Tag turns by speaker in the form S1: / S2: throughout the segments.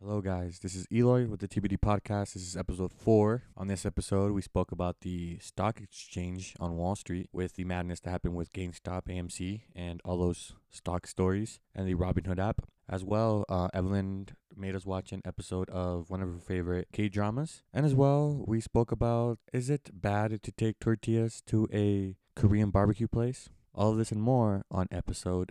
S1: Hello, guys. This is Eloy with the TBD podcast. This is episode four. On this episode, we spoke about the stock exchange on Wall Street with the madness that happened with GameStop, AMC, and all those stock stories, and the Robinhood app. As well, uh, Evelyn made us watch an episode of one of her favorite K dramas. And as well, we spoke about is it bad to take tortillas to a Korean barbecue place? All of this and more on episode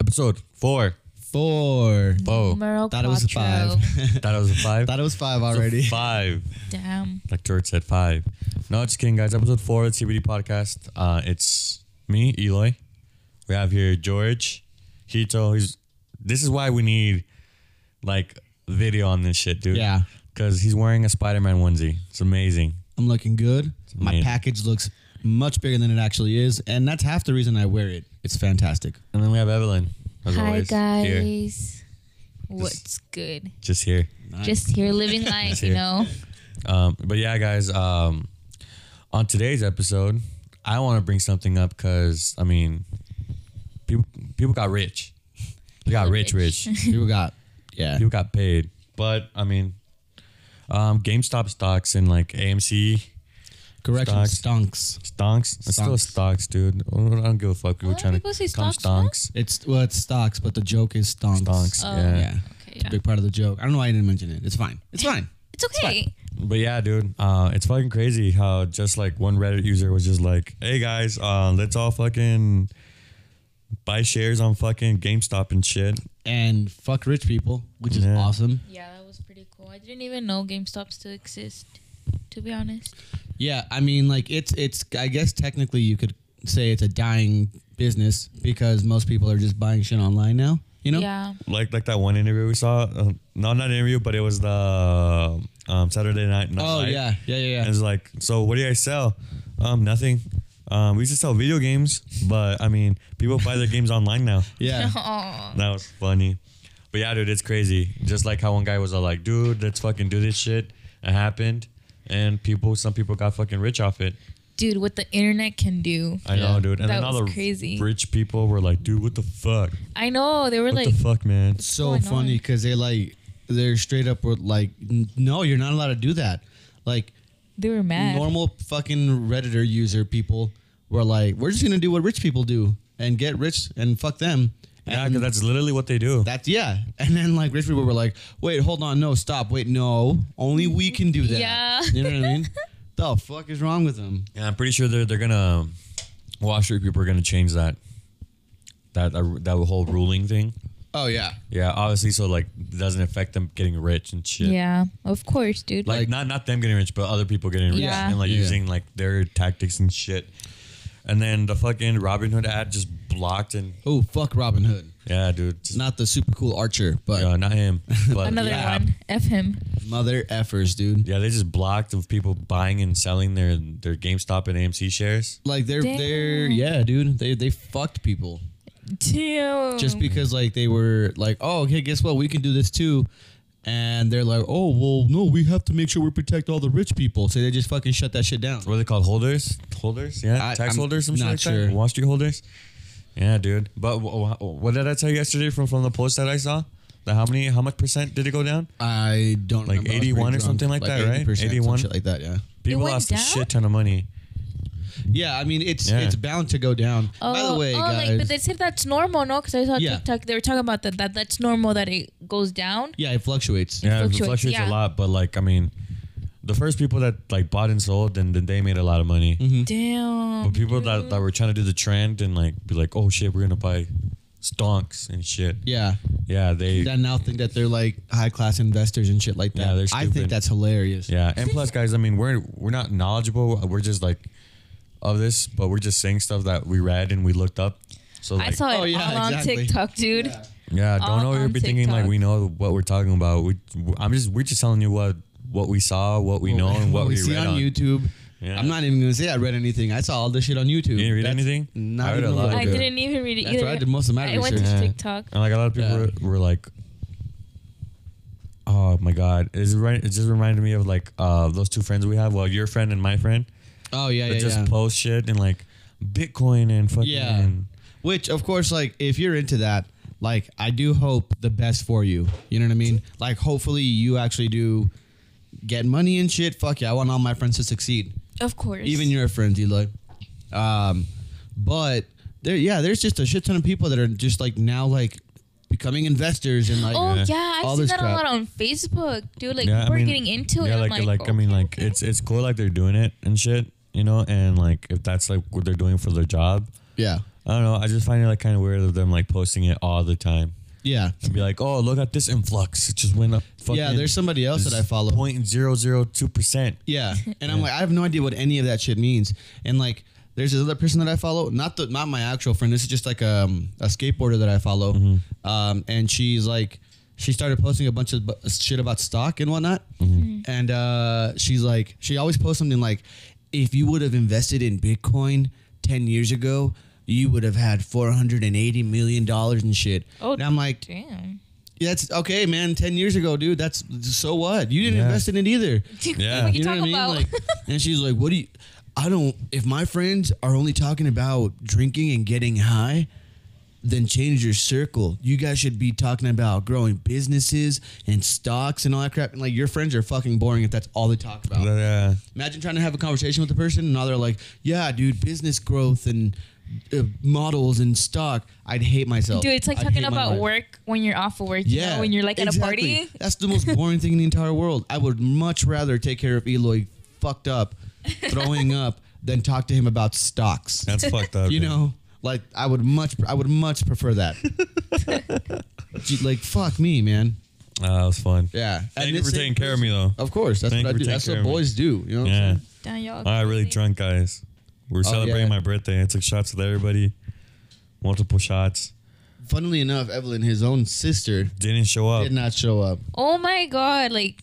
S2: Episode four.
S3: Four.
S2: Oh,
S4: Merle
S3: Thought it was a
S4: Quattro.
S3: five.
S2: Thought it was a five.
S3: Thought it was five
S2: It's a
S3: already.
S2: Five.
S4: Damn.
S2: Like George said, five. No, just kidding, guys. Episode four of the CBD podcast. Uh, it's me, Eloy. We have here George, Hito. He's. This is why we need like video on this shit, dude.
S3: Yeah.
S2: Because he's wearing a Spider-Man onesie. It's amazing.
S3: I'm looking good. My
S2: mean.
S3: package looks much bigger than it actually is, and that's half the reason I wear it. It's fantastic.
S2: And then we have Evelyn. As
S4: Hi
S2: always, Here.
S4: guys. What's good?
S2: Just here.
S4: Just here living life,
S2: here.
S4: you know.
S2: Um, but yeah, guys, um, on today's episode, I want to bring something up because I mean, people people got rich, they got rich, rich.
S3: People got yeah.
S2: people got paid, but I mean, um, GameStop stocks and like AMC
S3: Correction. Stonks.
S2: stonks, it's still
S3: Stonks.
S2: stocks, dude. I don't give a fuck. We're
S4: Why do
S2: trying
S4: people
S2: to
S4: say
S2: come
S4: stocks now?
S2: stonks,
S3: It's well, it's stocks, but the joke is stonks.
S2: stonks.
S4: Oh.
S2: yeah.
S3: Yeah.
S4: Okay,
S3: It's a
S4: yeah.
S3: big part of the joke. I don't know why I didn't mention it. It's fine. It's fine.
S4: It's okay.
S2: But yeah, dude, uh, it's fucking crazy how just like one Reddit user was just like, "Hey guys, uh, let's all fucking buy shares on fucking GameStop and shit."
S3: And fuck rich people, which is
S2: Yeah.
S3: awesome.
S4: Yeah, that was pretty cool. I didn't even know GameStop still exist, to be honest.
S3: Yeah, I mean, like it's it's. I guess technically you could say it's a dying business because most people are just buying shit online now. You know.
S4: Yeah.
S2: Like like that one interview we saw, uh, no, not an interview, but it was the um, Saturday night. Night
S3: Oh
S2: Live.
S3: yeah, yeah, yeah,
S2: And it
S3: yeah.
S2: was like, so what do you guys sell? Um, nothing. Um, we used to sell video games, but I mean, people buy their games online now.
S3: Yeah.
S4: Aw.
S2: That was funny. But yeah, dude, it's crazy. Just like how one guy was all like, dude, let's fucking do this shit. It happened. And people, some people got fucking rich off it.
S4: Dude, what the internet can do.
S2: I
S3: Yeah.
S2: know, dude. And
S4: That
S2: then all
S4: was
S2: the
S4: crazy.
S2: rich people were like, dude, what the fuck?
S4: I know. They were
S2: What
S4: like
S2: the fuck, man?
S3: It's so
S4: going on?
S3: funny because they like they're straight up with like, "N- no, you're not allowed to do that. Like
S4: they were mad.
S3: normal fucking Redditor user people were like, we're just gonna do what rich people do and get rich and fuck them.
S2: Yeah,
S3: And
S2: because that's literally what they do.
S3: that's yeah. And then like rich people were like, wait, hold on, no, stop, wait, no, only we can do that.
S4: Yeah.
S3: You know what I mean? the fuck is wrong with them?
S2: And I'm pretty sure they're, they're going to, Wall Street people are going to change that. That, that that whole ruling thing,
S3: Oh yeah.
S2: yeah, obviously, so like it doesn't affect them getting rich and shit.
S4: Yeah, of course, dude.
S2: like,
S3: Like-
S2: not not them getting rich, but other people getting rich
S4: Yeah.
S2: and like
S3: Yeah.
S2: using like their tactics and shit. And then the fucking Robin Hood ad just blocked and
S3: Oh fuck Robin Hood.
S2: yeah, dude, just,
S3: Not the super cool archer, but
S2: yeah, not him, but
S4: Another
S2: yeah,
S4: one. F him.
S3: mother effers, dude.
S2: Yeah, they just blocked of people buying and selling their their GameStop and AMC shares.
S3: Like they're
S4: Damn.
S3: they're yeah, dude. They they fucked people
S4: Damn.
S3: just because like they were like, oh, okay, guess what? We can do this too. And they're like, oh, well, no, we have to make sure we protect all the rich people. So they just fucking shut that shit down.
S2: What are they called? Holders, holders, yeah,
S3: I-
S2: tax
S3: I'm
S2: holders, some shit
S3: not
S2: like that?
S3: sure.
S2: Wall Street holders. Yeah, dude. But wh- wh- what did I tell you yesterday from from the post that I saw? That how many how much percent did it go down?
S3: I don't
S2: Like
S3: remember. I
S2: 81
S3: was pretty
S2: or
S3: drunk.
S2: something like that, right?
S3: 80%, some
S2: 81?
S3: shit like that. Yeah.
S2: People
S4: went
S2: lost a
S4: down?
S2: shit ton of money.
S3: Yeah, I mean it's
S2: Yeah.
S3: it's bound to go down.
S4: Oh,
S3: By the way,
S4: oh,
S3: guys.
S4: like, but they said that's normal, no? Because I saw
S3: Yeah.
S4: TikTok, they were talking about that, that. That's normal that it goes down.
S3: yeah, it fluctuates.
S2: Yeah, it
S4: fluctuates,
S2: fluctuates
S4: yeah.
S2: a lot, but like I mean, the first people that like bought and sold, then then they made a lot of money.
S3: Mm-hmm.
S4: Damn.
S2: But people that, that were trying to do the trend and like be like, oh shit, we're gonna buy stonks and shit.
S3: Yeah.
S2: Yeah, they.
S3: That now think that they're like high class investors and shit like that.
S2: Yeah, they're
S3: I
S2: stupid.
S3: think that's hilarious.
S2: yeah, and plus, guys, I mean, we're we're not knowledgeable. We're just like of this, but we're just saying stuff that we read and we looked up. So like,
S4: I saw it
S3: Oh, yeah,
S4: all on
S3: exactly.
S4: TikTok, dude.
S2: yeah, don't
S4: all
S2: over
S4: on
S2: be thinking like
S4: TikTok.
S2: we know what we're talking about. We, I'm just we're just telling you what what we saw, what we know, and what,
S3: we,
S2: we,
S3: see
S2: read
S3: on YouTube.
S2: Yeah.
S3: I'm not even gonna say I read anything. I saw all this shit on YouTube.
S2: You didn't read
S3: That's
S2: anything?
S3: Not
S2: I read
S3: even
S2: a
S3: a
S2: lot.
S3: little
S4: I
S3: bit.
S4: didn't even read it
S3: That's
S4: either.
S3: where I did most of my
S4: I
S3: research.
S4: went to
S2: Yeah.
S4: TikTok.
S2: And like a lot of people
S3: Yeah.
S2: were, were like, "Oh my god!" It's right. It just reminded me of like uh, those two friends we have. Well, your friend and my friend.
S3: Oh yeah,
S2: That
S3: yeah,
S2: just
S3: yeah.
S2: post shit and like Bitcoin and fucking.
S3: yeah. Which of course, like if you're into that, like I do hope the best for you. You know what I mean? Like hopefully you actually do get money and shit. Fuck yeah, I want all my friends to succeed.
S4: Of course.
S3: Even your friends, Eloy. Um, but there, yeah, there's just a shit ton of people that are just like now like becoming investors and like uh,
S4: Oh
S5: Yeah.
S4: yeah,
S3: All
S4: I've seen
S3: this
S4: that
S3: crap.
S4: a lot on Facebook, dude. Like
S5: Yeah, I
S4: people
S5: mean-
S4: are getting into
S5: yeah,
S4: it.
S5: like,
S4: I'm
S5: like,
S4: like,
S5: I mean,
S4: okay,
S5: like
S4: okay.
S5: it's it's cool, like they're doing it and shit, you know, and like if that's like what they're doing for their job,
S3: yeah,
S5: I don't know. I just find it like kind of weird of them like posting it all the time
S3: yeah,
S5: and be like, oh, look at this influx, it just went up. Fucking
S3: yeah. There's somebody else that I follow.
S5: Point zero zero two percent.
S3: Yeah, and I'm like, I have no idea what any of that shit means. And like, there's this other person that I follow, not the not my actual friend. This is just like um, a skateboarder that I follow, um, and she's like, she started posting a bunch of bu- shit about stock and whatnot, and uh, she's like, she always posts something like, if you would have invested in Bitcoin ten years ago. You would have had four hundred and eighty million dollars and shit.
S4: Oh,
S3: and I'm like,
S4: damn.
S3: yeah, that's okay, man. Ten years ago, dude. That's so what? You didn't
S5: Yeah.
S3: invest in it either.
S5: Yeah.
S4: we
S5: You
S4: can talk
S3: know what I
S4: about.
S3: mean? Like, and she's like, "What do you? I don't. If my friends are only talking about drinking and getting high, then change your circle. You guys should be talking about growing businesses and stocks and all that crap. And like, your friends are fucking boring if that's all they talk about.
S5: Yeah.
S3: Imagine trying to have a conversation with a person and all they're like, "Yeah, dude, business growth and." Uh, models and stock, I'd hate myself.
S4: Dude, it's like
S3: I'd
S4: talking
S3: hate my
S4: about
S3: life.
S4: work when you're off of work. Yeah, you know, when you're like at a
S3: exactly.
S4: party.
S3: That's the most boring thing in the entire world. I would much rather take care of Eloy fucked up, throwing up, than talk to him about stocks.
S5: That's fucked up.
S3: You
S5: dude.
S3: know, like I would much, I would much prefer that. Gee, like fuck me, man.
S5: Ah, that was fun.
S3: Yeah.
S5: Thank
S3: And
S5: you
S3: this
S5: for
S3: same
S5: taking care of
S3: person-
S5: me though.
S3: Of course, that's
S5: Thank
S3: what
S5: you
S3: I
S5: for
S3: do.
S5: taking
S3: That's
S5: care
S3: what
S5: of me.
S3: boys do. You know. What I'm
S5: Yeah.
S3: saying?
S4: Damn, y'all.
S3: Oh,
S5: All right, really
S4: crazy.
S5: drunk guys. We're celebrating
S3: yeah.
S5: my birthday. I took shots with everybody, multiple shots.
S3: Funnily enough, Evelyn, his own sister,
S5: Didn't show up.
S3: did not show up.
S4: Oh my god, like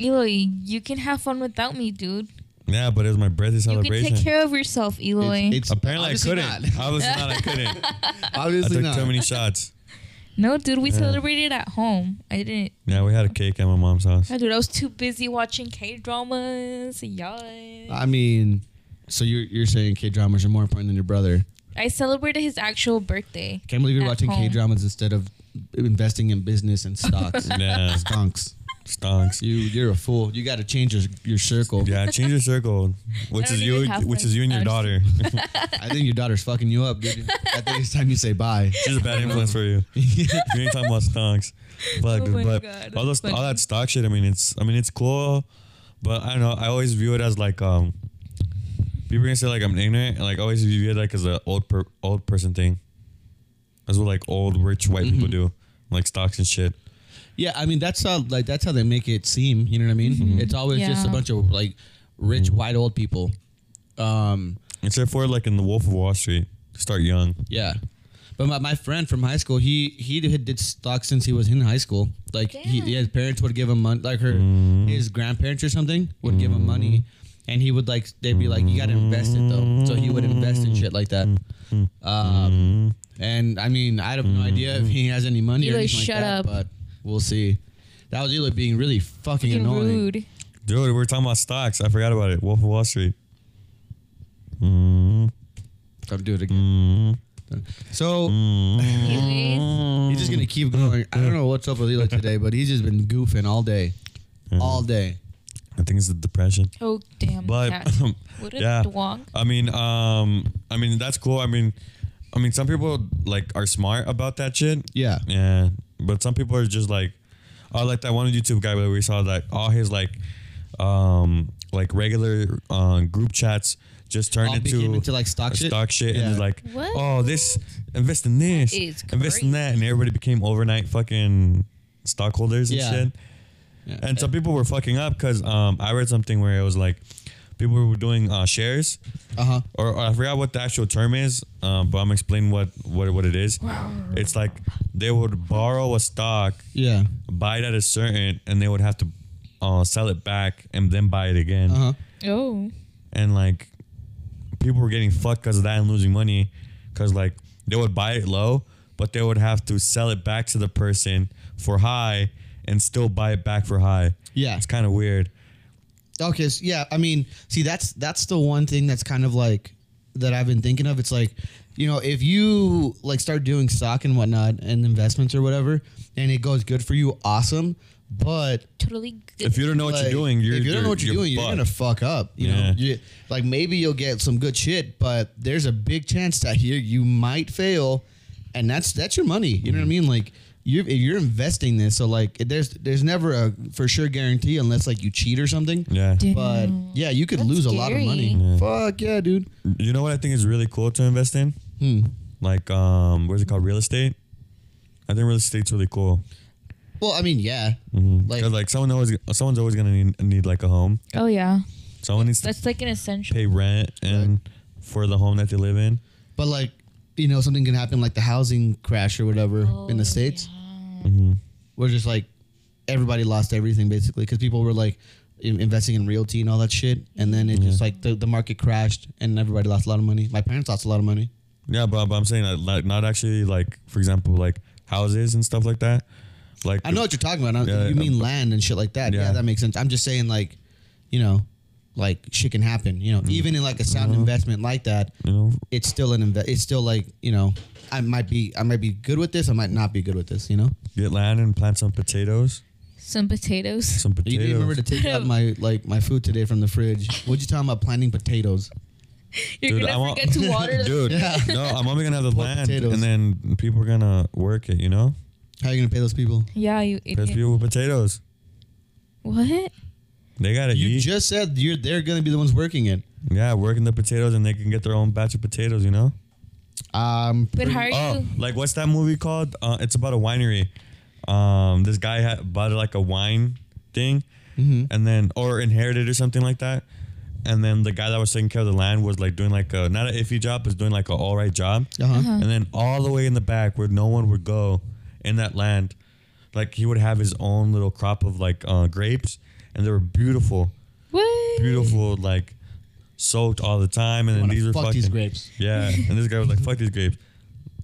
S4: Eloy, you can have fun without me, dude.
S5: Yeah, but it was my birthday
S4: You can
S5: celebration.
S4: take care of yourself, Eloy.
S3: It's, it's
S5: Apparently, I
S3: obviously
S5: couldn't.
S3: Not.
S5: Obviously not. I couldn't. I
S3: Obviously
S5: took
S3: not.
S5: too many shots.
S4: no, dude, we celebrated at home. I didn't.
S5: Yeah, we had a cake at my mom's house.
S4: No, dude, I was too busy watching K dramas. Y'all.
S3: I mean, so you're you're saying K dramas are more important than your brother?
S4: I celebrated his actual birthday.
S3: Can't believe you're
S4: At
S3: watching
S4: home.
S3: K dramas instead of investing in business and stocks.
S5: Yeah,
S3: Stonks.
S5: stonks.
S3: You you're a fool. You got to change your your circle.
S5: Yeah, change your circle, which
S4: don't
S5: is you,
S4: even have
S5: which
S4: one.
S5: is you and your
S4: I'm
S5: daughter.
S3: I think your daughter's fucking you up, dude. I think it's time you say bye.
S5: She's a bad influence for you. you ain't talking about stonks, but,
S4: Oh my
S5: but
S4: God, that's
S5: all those all
S4: funny.
S5: that stock shit. I mean, it's I mean it's cool, but I don't know. I always view it as like um, people are gonna say like I'm ignorant, and like I always view it like as an old per, old person thing. That's what like old rich white people
S4: Mm-hmm.
S5: do, like stocks and shit.
S3: Yeah, I mean that's how like that's how they make it seem. You know what I mean?
S5: Mm-hmm.
S3: It's always just a
S4: Yeah.
S3: bunch of like rich white old people. Um,
S5: Except for like in The Wolf of Wall Street, start young.
S3: yeah. But my, my friend from high school, he he did did stocks since he was in high school. Like he,
S4: Damn.
S3: yeah, his parents would give him money, like her his grandparents or something would give him money, and he would like they'd be like, you gotta invest it though. So he would invest in shit like that. Um, and I mean, I have no idea if he has any money. or
S4: Eli,
S3: anything like
S4: shut
S3: that,
S4: up.
S3: But we'll see. That was Eli being really fucking
S4: Fucking
S3: annoying.
S4: rude.
S5: Dude, we were talking about stocks. I forgot about it. Wolf of Wall Street. Mm,
S3: Don't do it again.
S5: mm,
S3: So
S5: mm.
S4: Anyways,
S3: He's just gonna keep going. I don't know what's up with Eli today, but he's just been goofing all day, all day.
S5: I think it's the depression.
S4: oh damn.
S5: But
S4: cat. what a
S5: yeah.
S4: dog.
S5: I mean, um, I mean that's cool. I mean, I mean some people like are smart about that shit.
S3: Yeah.
S5: Yeah, but some people are just like, oh, like that one YouTube guy where we saw that all his like, um, like regular uh, group chats just turned
S3: All
S5: into
S3: became into, like, stock
S5: a
S3: shit?
S5: stock shit,
S3: Yeah.
S5: and it's like,
S4: What?
S5: oh, this invest in this,
S4: is
S5: invest in that, and everybody became overnight fucking stockholders and
S3: Yeah.
S5: shit.
S3: Yeah.
S5: And some people were fucking up because um, I read something where it was like people were doing uh, shares,
S3: Uh huh.
S5: or, or I forgot what the actual term is, um, but I'm explaining what what what it is. It's like they would borrow a stock,
S3: Yeah.
S5: buy it at a certain, and they would have to uh, sell it back and then buy it again.
S3: Uh huh.
S4: Oh.
S5: And like people were getting fucked because of that and losing money, because like they would buy it low, but they would have to sell it back to the person for high and still buy it back for high.
S3: Yeah.
S5: It's kind of weird.
S3: Okay. So yeah. I mean, see, that's that's the one thing that's kind of like that I've been thinking of. It's like you know, if you like start doing stock and whatnot and investments or whatever, and it goes good for you, awesome. But
S4: Totally. Good.
S5: If you don't know what
S3: like,
S5: you're doing, you're
S3: if you don't know what you're, doing, you're gonna
S5: fucked.
S3: fuck up. You
S5: Yeah.
S3: know, you, like maybe you'll get some good shit, but there's a big chance that here you might fail, and that's that's your money. You know
S5: Mm.
S3: what I mean? Like you're if you're investing this, so like it- there's there's never a for sure guarantee unless like you cheat or something.
S5: yeah.
S4: Damn.
S3: But yeah, you could
S4: That's
S3: lose a lot of money.
S4: scary.
S3: Fuck yeah, dude.
S5: You know what I think is really cool to invest in?
S3: Hmm.
S5: Like, um, what is it called? Real estate. I think real estate's really cool.
S3: Well, I mean, yeah. Like,
S5: Mm-hmm. 'Cause, Like, someone always, someone's always gonna need, need like a home.
S4: oh yeah,
S5: Someone needs to
S4: that's like an essential.
S5: pay rent and for the home that they live in.
S3: but like, you know, something can happen like the housing crash or whatever in the states.
S5: Mm-hmm.
S3: where just like everybody lost everything basically because people were like in- investing in realty and all that shit and then it
S5: Mm-hmm.
S3: just like the, the market crashed and everybody lost a lot of money my parents lost a lot of money
S5: Yeah, but, but I'm saying that, like, not actually like, for example, like houses and stuff like that. Like,
S3: i know what you're talking about I,
S5: Yeah,
S3: you
S5: yeah.
S3: mean land and shit like that yeah.
S5: Yeah.
S3: that makes sense i'm just saying like you know like shit can happen you know
S5: Mm-hmm.
S3: even in like a sound investment like that
S5: you know,
S3: it's still an invest it's still like you know i might be i might be good with this i might not be good with this you know
S5: get land and plant some potatoes.
S4: Some potatoes.
S5: Some potatoes.
S3: you didn't remember to take out my like my food today from the fridge what you talking about planting potatoes
S4: You're
S5: Dude,
S4: gonna
S5: I want-
S4: forget to water the
S5: Dude, no, I'm only gonna have the
S3: Poor
S5: land,
S3: potatoes.
S5: and then people are gonna work it. You know,
S3: how are you gonna pay those people
S4: Yeah, you
S5: there's
S4: idiot.
S5: people with potatoes.
S4: What?
S5: They gotta
S3: You
S5: eat.
S3: just said you're they're gonna be the ones working it.
S5: yeah, working the potatoes, and they can get their own batch of potatoes. You know.
S3: Um,
S4: But how are
S5: Oh,
S4: you?
S5: like what's that movie called? Uh, it's about a winery. Um, this guy had bought like a wine thing,
S3: Mm-hmm.
S5: and then or inherited or something like that. And then the guy that was taking care of the land was like doing like a not an iffy job, but doing like an all right job.
S3: Uh-huh.
S5: And then all the way in the back where no one would go in that land, like he would have his own little crop of like uh, grapes, and they were beautiful,
S4: What?
S5: beautiful, like soaked all the time. And then
S3: Wanna
S5: these were
S3: fuck
S5: fucking
S3: these grapes.
S5: yeah, and this guy was like, "Fuck these grapes."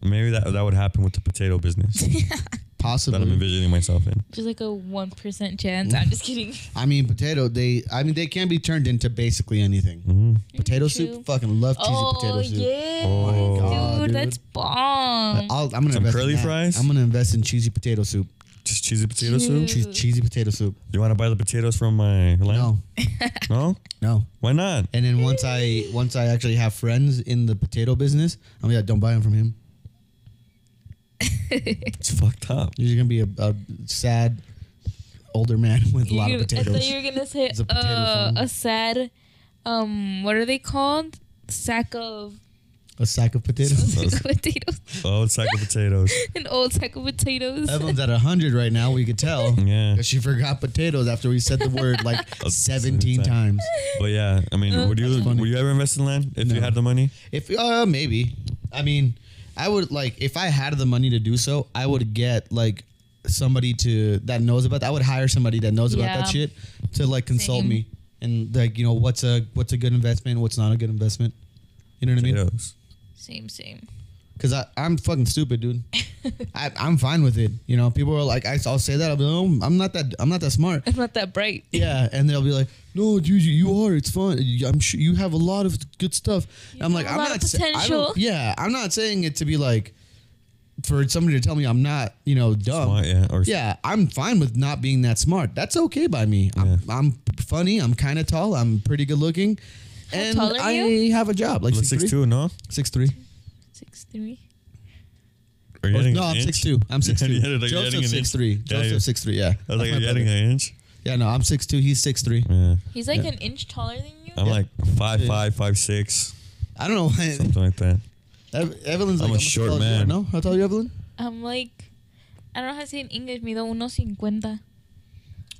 S5: Maybe that that would happen with the potato business that I'm
S3: Possibly.
S5: envisioning myself in.
S4: There's like a one percent chance. I'm just kidding.
S3: I mean, potato. They. I mean, they can be turned into basically anything.
S4: True.
S3: Potato soup. Fucking love cheesy potato
S4: Oh
S3: soup.
S4: yeah,
S5: Oh my
S3: God,
S4: dude,
S3: dude.
S4: that's bomb.
S3: I'll, I'm gonna
S5: Some
S3: invest
S5: curly
S3: in that.
S5: fries?
S3: I'm gonna invest in cheesy potato soup.
S5: Just cheesy potato
S4: Dude.
S5: soup.
S3: Cheese, cheesy potato soup.
S5: You want to buy the potatoes from my land?
S3: No,
S5: No.
S3: no.
S5: Why not?
S3: And then once I once I actually have friends in the potato business, I'm like, don't buy them from him.
S5: It's fucked up.
S3: You're gonna be a, a sad older man with a lot
S4: You-
S3: of
S4: I thought you
S3: potatoes.
S4: were gonna say
S3: It's a potato
S4: uh,
S3: farm.
S4: a sad, um, what are they called? Sack of
S3: A sack of potatoes.
S4: potatoes,
S5: Oh, it's sack of potatoes.
S4: an old sack of potatoes.
S3: Evan's at 100 right now. We could tell.
S5: Yeah.
S3: 'Cause she forgot potatoes after we said the word like
S5: A
S3: 17
S5: time.
S3: times.
S5: But yeah, I mean, would you
S3: funny.
S5: would you ever invest in land if you
S3: No.
S5: had the money?
S3: If uh maybe. I mean, I would like if I had the money to do so, I would get like somebody to that knows about that. I would hire somebody that knows about that
S4: Yeah.
S3: shit to like consult
S4: Same.
S3: me and like, you know, what's a what's a good investment, what's not a good investment. You know what I mean?
S5: Potatoes.
S4: same, same.
S3: Because I I'm fucking stupid, dude. I, I'm fine with it. You know, people are like, I, I'll say that. I'll be like, oh, I'm not that. I'm not that smart.
S4: I'm not that bright.
S3: Yeah, and they'll be like, "No, dude, you, you are. It's fun. You- I'm sure you have a lot of good stuff." And I'm
S4: have
S3: like,
S4: a
S3: "I'm
S4: lot of
S3: not. sa- I don't-
S4: potential."
S3: yeah, I'm not saying it to be like for somebody to tell me I'm not, you know, dumb.
S5: Smart, yeah. Or
S3: Oh. Yeah, I'm fine with not being that smart. That's okay by me. I'm, I'm funny. I'm kind of tall. I'm pretty good looking, and
S4: tall are
S3: I
S4: you?
S3: have a job. Like
S5: Like
S3: six,
S5: six two, no?
S3: Six three.
S4: Six three.
S5: Are you
S3: Oh,
S5: adding
S3: no,
S5: an
S3: I'm
S5: inch?
S3: six two. I'm six
S5: You
S3: two.
S5: had it like you're adding
S3: Joseph
S5: an inch.
S3: six three.
S5: Yeah, yeah.
S3: Joseph six three. Yeah.
S5: I
S3: That's
S5: was like,
S3: my
S5: are you adding
S3: brother.
S5: an inch?
S3: Yeah, no, I'm six two. He's six three.
S5: Yeah.
S4: He's like
S3: Yeah.
S4: an inch taller than you.
S5: I'm like five five five six,
S3: I don't know. why-
S5: something like that.
S3: Ev- Evelyn's
S5: I'm
S3: like, "How
S5: a
S3: much
S5: short
S3: taller you are?"
S5: man.
S3: No, how tall are you, Evelyn?
S4: I'm like, I don't know how to say it in English. Mido unos cincuenta.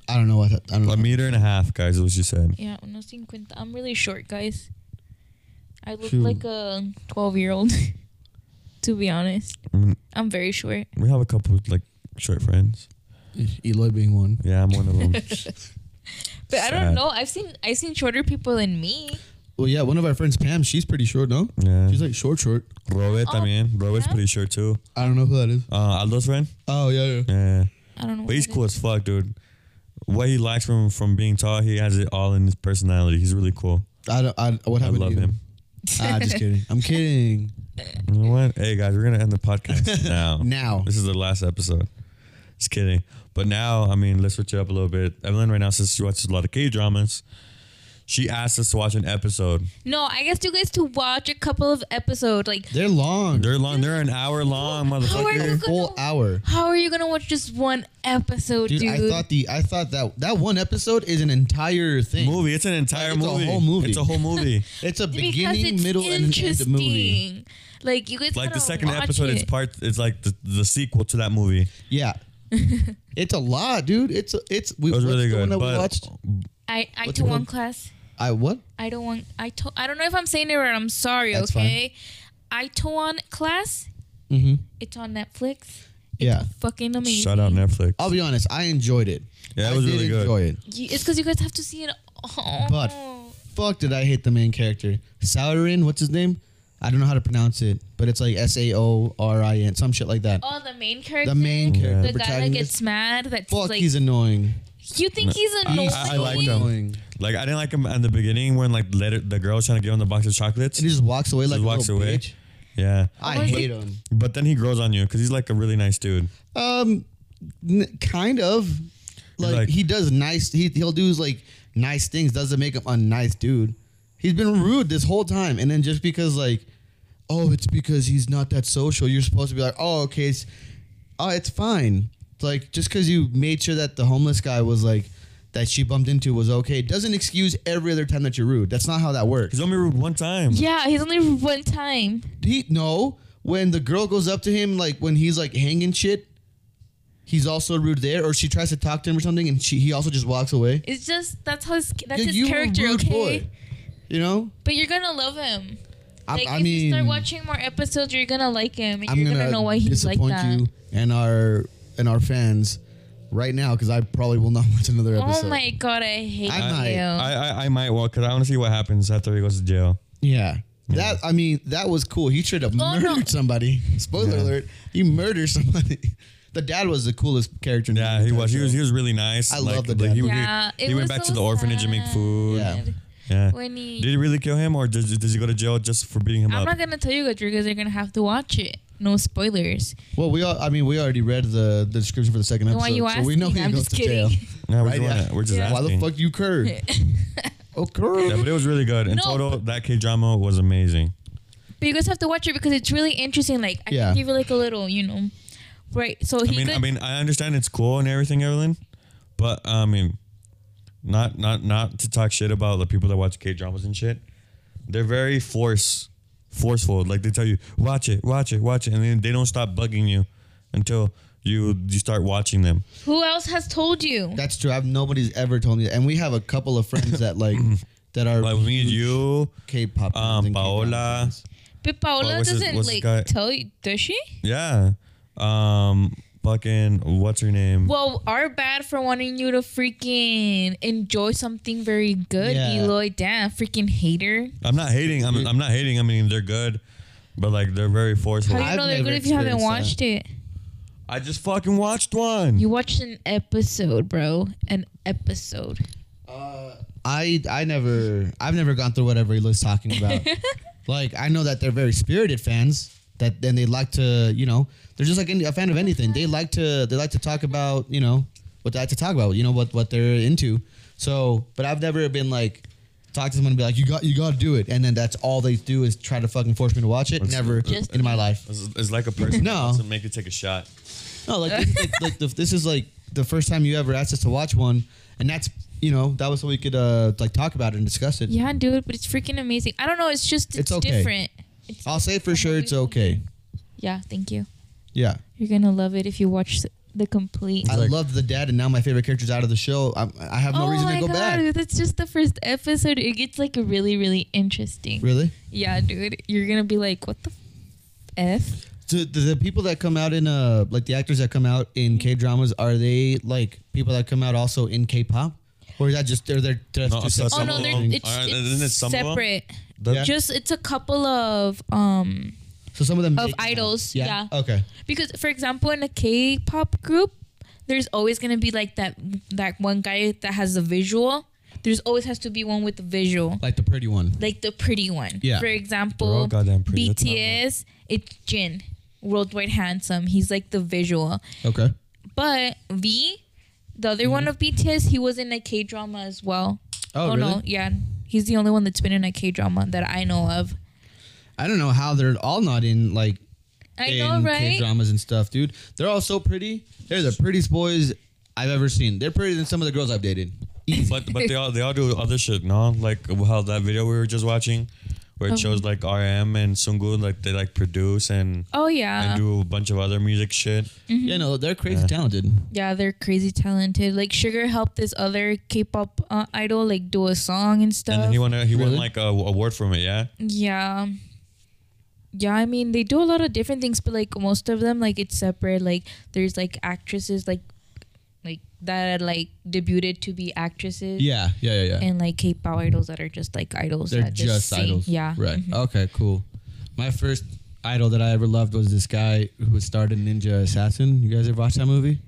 S3: I don't know what. I don't know.
S5: A meter and a half, guys. is What you said.
S4: Yeah, unos cincuenta. I'm really short, guys. I look
S3: Shoot.
S4: like a twelve year old. to be honest,
S5: I mean,
S4: I'm very short.
S5: we have a couple like short friends.
S3: E, Eloy being one.
S5: Yeah, I'm one of them.
S4: But I
S5: Sad.
S4: don't know. I've seen I've seen shorter people than me.
S3: Well, yeah, one of our friends, Pam. She's pretty short. No,
S5: yeah.
S3: she's like short, short.
S5: Robert
S4: Oh,
S5: también. Robert's
S4: yeah?
S5: pretty short too.
S3: I don't know who that is.
S5: Uh, Aldo's friend.
S3: Oh yeah, yeah.
S5: Yeah,
S4: I don't know.
S5: but he's
S4: what it
S5: cool as fuck, dude. What he likes from from being tall, he has it all in his personality. He's really cool.
S3: I don't. I, what
S5: I
S3: happened? to
S5: love
S3: you?
S5: him.
S3: ah, just kidding. I'm kidding.
S5: You know what? Hey guys, we're gonna end the podcast now.
S3: Now.
S5: This is the last episode. Just kidding. But now, I mean, let's switch it up a little bit. Evelyn right now says she watches a lot of K dramas. She asked us to watch an episode.
S4: No, I guess you guys to watch a couple of episodes. Like,
S3: They're long.
S5: They're long. They're an hour long,
S4: how are
S5: motherfucker.
S4: you
S3: They're a full
S4: gonna?
S3: hour.
S4: How are you gonna watch just one episode,
S3: Dude,
S4: dude?
S3: I thought the I thought that that one episode is an entire thing.
S5: Movie. It's an entire
S3: It's a
S5: movie.
S3: whole movie.
S5: It's a whole movie.
S3: It's a
S4: because
S3: beginning,
S4: it's
S3: middle, and an end
S4: interesting.
S3: movie.
S4: Like you guys
S5: like the
S4: gotta
S5: second
S4: watch
S5: episode, it's
S4: it.
S5: part. It's like the, the sequel to that movie.
S3: Yeah. it's a lot, dude. It's a, it's we
S5: It was
S3: what's
S5: really
S3: the
S5: good.
S3: one that we
S5: but
S3: watched.
S4: I I
S3: What's
S4: took
S3: it
S4: one
S3: called?
S4: class.
S3: I what?
S4: I don't want. I to, I don't know if I'm saying it right. I'm sorry.
S3: That's fine.
S4: okay. I Taiwan class.
S3: Mm-hmm.
S4: It's on Netflix.
S3: Yeah.
S4: Fucking amazing.
S5: shout out Netflix.
S3: I'll be honest, I enjoyed it.
S5: Yeah, it
S3: I
S5: was
S3: did
S5: really good.
S3: Enjoy it.
S4: You, it's because you guys have to see it. Oh.
S3: But- Fuck, did I hate the main character? Saurin, what's his name? I don't know how to pronounce it, but it's like S A O R I N, some shit like that.
S4: oh, the main character.
S3: The main
S5: Yeah.
S3: character,
S4: The guy that
S3: protagonist.
S4: gets mad. That's
S3: Fuck,
S4: like Oh,
S3: he's annoying.
S4: you think he's annoying.
S5: I liked him.
S3: Annoying.
S5: Like I didn't like him in the beginning when like later, the girl was trying to give him the box of chocolates.
S3: And he just walks away like
S5: Just
S3: a
S5: walks
S3: little
S5: away.
S3: bitch.
S5: Yeah,
S3: I
S4: Why is
S3: hate
S4: it-
S3: him.
S5: but then he grows on you because he's like a really nice dude.
S3: Um, n- kind of. Like,
S5: like-
S3: he does nice. He he'll do like nice things. Doesn't make him a nice dude. He's been rude this whole time, and then just because like, oh, it's because he's not that social. You're supposed to be like, oh, okay, it's, oh, it's fine. It's like just because you made sure that the homeless guy was like that she bumped into was okay doesn't excuse every other time that you're rude. That's not how that works.
S5: He's only rude one time.
S4: Yeah, he's only one time.
S3: He no. When the girl goes up to him, like when he's like hanging shit, he's also rude there. Or she tries to talk to him or something, and she he also just walks away.
S4: It's just that's how his that's
S3: Yeah,
S4: his
S3: you were a
S4: character.
S3: rude
S4: Okay.
S3: boy. You know,
S4: But you're gonna love him.
S3: I,
S4: Like
S3: I
S4: if
S3: mean,
S4: you start watching more episodes, you're gonna like him, and
S3: I'm
S4: you're
S3: gonna,
S4: gonna, know why he's like
S3: disappoint
S4: that.
S3: you and our and our fans right now because I probably will not watch another episode.
S4: Oh my god, I hate
S3: I
S4: you.
S3: might.
S5: I, I, I might well because I want to see what happens after he goes to jail.
S3: Yeah. That I mean, that was cool. He should have
S4: Oh, no.
S3: murdered somebody. Spoiler
S5: Yeah.
S3: alert: he murdered somebody. The dad was the coolest character. in the
S5: Yeah, he
S3: entire
S5: was. He
S3: show.
S5: was. He was really nice.
S3: I love the
S5: like,
S3: dad.
S5: he,
S4: Yeah,
S5: he,
S4: it
S5: he went
S4: was
S5: back
S4: so
S5: to the orphanage and make
S4: sad.
S5: food.
S3: Yeah.
S5: Yeah.
S4: When he,
S5: Did he really kill him, or did, did he go to jail just for beating him
S4: I'm
S5: up?
S4: not gonna tell you guys because you're gonna have to watch it. No spoilers.
S3: Well, we all, I mean, we already read the, the description for the second
S4: No,
S3: episode.
S4: why you
S3: so we know
S4: asking?
S3: he
S4: I'm
S3: goes
S4: just
S3: to
S4: kidding.
S3: jail.
S5: No, we're,
S3: Right,
S5: doing
S3: yeah.
S5: it. we're just
S4: Yeah.
S3: Why the
S5: asking.
S3: fuck you curd? Oh,
S5: Yeah,
S3: curd.
S5: but it was really good. In
S4: No,
S5: total, that K drama was amazing.
S4: but you guys have to watch it because it's really interesting. Like I
S3: Yeah.
S4: can give you like a little, you know. Right. So he
S5: I mean,
S4: could,
S5: I mean, I understand it's cool and everything, Evelyn, but I mean, not not not to talk shit about the people that watch K dramas and shit. They're very force forceful. Like they tell you, watch it, watch it, watch it, and then they don't stop bugging you until you you start watching them.
S4: who else has told you?
S3: That's true. I've, nobody's ever told me that. And we have a couple of friends that, like, that are
S5: Like me and you,
S3: K-pop fans
S5: um,
S3: and K-drama
S5: Paola.
S3: fans.
S4: But Paola
S5: Oh, what's his-
S4: doesn't
S5: what's
S4: like
S5: his guy?
S4: tell you, does she?
S5: yeah, um, fucking what's her name?
S4: Well, our bad for wanting you to freaking enjoy something very good,
S3: Yeah.
S4: Eloy. Damn, freaking hater.
S5: I'm not hating. I'm I'm not hating. I mean, they're good, but like they're very forceful.
S4: How do you
S3: I've
S4: know they're
S3: never
S4: good if you haven't
S3: experienced
S4: watched it?
S5: I just fucking watched one.
S4: You watched an episode, bro. An episode.
S3: Uh, I, I never, I've never gone through what Evelyn's talking about. like, I know that they're very spirited fans. That then they like to, you know, they're just like any, a fan of anything. They like to, they like to talk about, you know, what they like to talk about. You know what what they're into. So, but I've never been like talk to someone and be like, you got you got to do it, and then that's all they do is try to fucking force me to watch it. Never
S4: Just-
S3: in my life.
S5: It's, it's like a person
S3: No.
S5: that wants to make you take a shot.
S3: No, like this, is like, like the, this is like the first time you ever asked us to watch one, and that's you know that was so we could uh like talk about it and discuss it.
S4: Yeah, dude, but it's freaking amazing. I don't know. It's just it's,
S3: It's okay.
S4: different. It's,
S3: I'll say for sure it's okay.
S4: yeah, thank you.
S3: Yeah.
S4: You're gonna love it if you watch the- the complete.
S3: I love the dad, and now my favorite character's out of the show. I, I have no
S4: oh
S3: reason
S4: my
S3: to go
S4: god,
S3: back.
S4: that's just the first episode. It gets like really, really interesting.
S3: Really?
S4: Yeah, dude, you're gonna be like, what the f?
S3: So the, the people that come out in uh like the actors that come out in
S4: Mm-hmm.
S3: K dramas are they like people that come out also in K pop, or is that just they're they're, they're
S5: No,
S3: two
S5: so
S3: separate
S4: Oh
S5: Some
S4: no,
S5: of
S4: they're,
S5: them-
S4: it's,
S5: aren't-
S4: it's
S5: isn't it some of them?
S4: separate.
S3: Yeah.
S4: Just it's a couple of um
S3: so some of them
S4: of
S3: make it out.
S4: idols, yeah.
S3: Okay.
S4: because for example in a K-pop group, there's always gonna be like that that one guy that has the visual. there's always has to be one with the visual,
S3: like the pretty one.
S4: like the pretty one.
S3: Yeah.
S4: For
S5: They're
S4: example,
S5: all goddamn pretty. That's not
S4: BTS, it's Jin, worldwide handsome. He's like the visual.
S3: Okay.
S4: But V, the other one of BTS, he was in a K drama as well.
S3: Mm-hmm. Oh, really?
S4: no, yeah, he's the only one that's been in a K drama that I know of.
S3: I don't know how they're all not in like
S4: I
S3: in
S4: know, right?
S3: dramas and stuff, dude. They're all so pretty. They're the prettiest boys I've ever seen. They're prettier than some of the girls I've dated. Easy.
S5: But but they all they all do other shit, no? Like how that video we were just watching, where it shows like RM and Sungu like they like produce and
S4: Oh yeah,
S5: and do a bunch of other music shit.
S4: Mm-hmm.
S3: Yeah, no, they're crazy talented.
S4: yeah, they're crazy talented. Like Sugar helped this other K-pop uh, idol like do a song and stuff.
S5: And then he won a, he won
S3: Really?
S5: like a award from it, yeah.
S4: Yeah. Yeah, I mean they do a lot of different things, but like most of them, like it's separate. Like there's like actresses like like that are, like debuted to be actresses.
S3: Yeah, yeah, yeah, yeah.
S4: And like K-pop idols that are just like idols.
S3: They're
S4: that
S3: just,
S4: sing.
S3: idols.
S4: Yeah. Mm-hmm.
S3: Right. Okay, cool. My first idol that I ever loved was this guy who starred in Ninja Assassin. You guys ever watch that movie?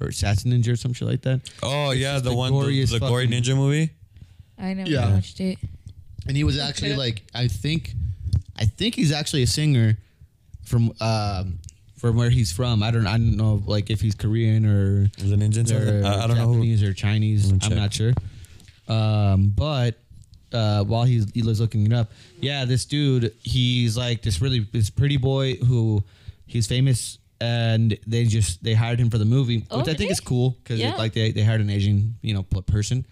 S3: Or Assassin Ninja or some shit like that?
S5: Oh yeah,
S3: just
S5: the,
S3: the
S5: one the,
S3: goriest
S5: the gory
S3: fucking-
S5: ninja movie.
S4: I never
S3: Yeah.
S4: watched it.
S3: And he was actually
S4: Okay.
S3: like, I think, I think he's actually a singer from um, from where he's from. I don't, I don't know, like if he's Korean or,
S5: The ninja.
S3: or
S5: I, I don't know who.
S3: Japanese or Chinese.
S5: me
S3: I'm
S5: check.
S3: not sure. Um, but uh, while he's he was looking it up, yeah, this dude, he's like this really this pretty boy who he's famous. And they just they hired him for the movie, which
S4: Oh,
S3: I
S4: did
S3: think
S4: they?
S3: is cool because
S4: Yeah. Mm-hmm.
S3: like they, they hired an Asian you know pl- person,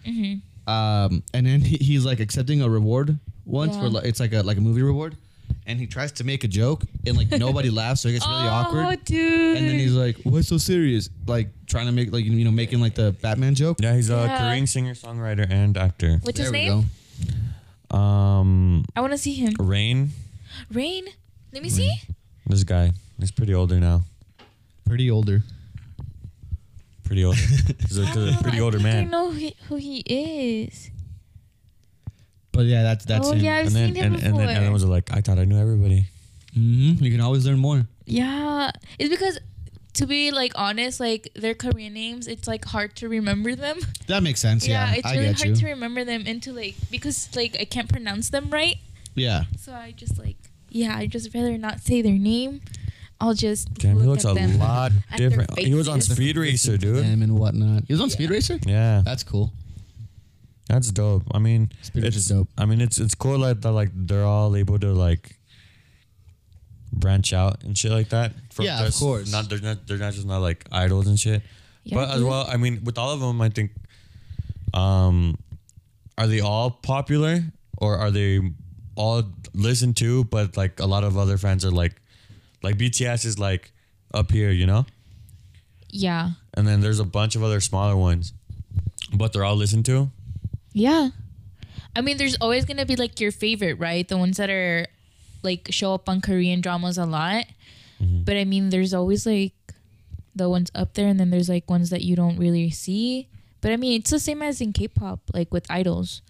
S3: um, and then he, he's like accepting a reward once
S4: Yeah.
S3: for like, it's like a like a movie reward, and he tries to make a joke and like nobody laughs, so it gets really
S4: Oh,
S3: awkward.
S4: dude.
S3: And then he's like, "Why so serious?" Like trying to make like you know making like the Batman joke.
S5: Yeah, he's a
S4: Yeah.
S5: Korean singer, songwriter, and actor.
S4: What's
S3: there
S4: his
S3: we
S4: name?
S3: go.
S5: Um,
S4: I wanna see him.
S5: Rain.
S4: Rain. Let me see.
S5: This guy, he's pretty older now.
S3: Pretty older.
S5: Pretty older. he's a, he's a
S4: Oh,
S5: pretty
S4: I
S5: older
S4: think I
S5: man.
S4: know he- who he is.
S3: But yeah, that's that's
S4: oh
S3: him.
S4: yeah, I've
S5: and then
S4: seen him
S5: and,
S4: before.
S5: and then Adam was like, I thought I knew everybody.
S3: hmm You can always learn more.
S4: Yeah, it's because to be like honest, like their Korean names, it's like hard to remember them.
S3: That makes sense. Yeah,
S4: it's
S3: I
S4: really
S3: get
S4: hard
S3: you.
S4: to remember them and to like because like I can't pronounce them right,
S3: yeah,
S4: so I just like yeah, I just rather not say their name. I'll just
S5: Damn,
S4: look
S5: he looks
S4: at
S5: a
S4: them.
S5: lot
S4: at their
S5: different. He was on
S4: faces.
S5: Speed Racer, dude.
S3: Him and whatnot. He was on Speed Racer.
S5: Yeah,
S3: That's cool.
S5: that's dope. I mean,
S3: Speed
S5: it's
S3: Racer's dope.
S5: I mean, it's it's cool like, that like they're all able to like branch out and shit like that. From
S3: Yeah, of
S5: just
S3: course.
S5: Not they're not they're not just not like idols and shit.
S4: Yeah,
S5: but as
S4: dude.
S5: well, I mean, with all of them, I think, um, are they all popular or are they all listened to? But like a lot of other fans are like, like BTS is like up here, you know.
S4: Yeah,
S5: And then there's a bunch of other smaller ones, but they're all listened to.
S4: yeah. I mean, there's always gonna be like your favorite, right? The ones that are like show up on Korean dramas a lot,
S5: Mm-hmm.
S4: but I mean, there's always like the ones up there, and then there's like ones that you don't really see. But I mean, it's the same as in K-pop, like with idols.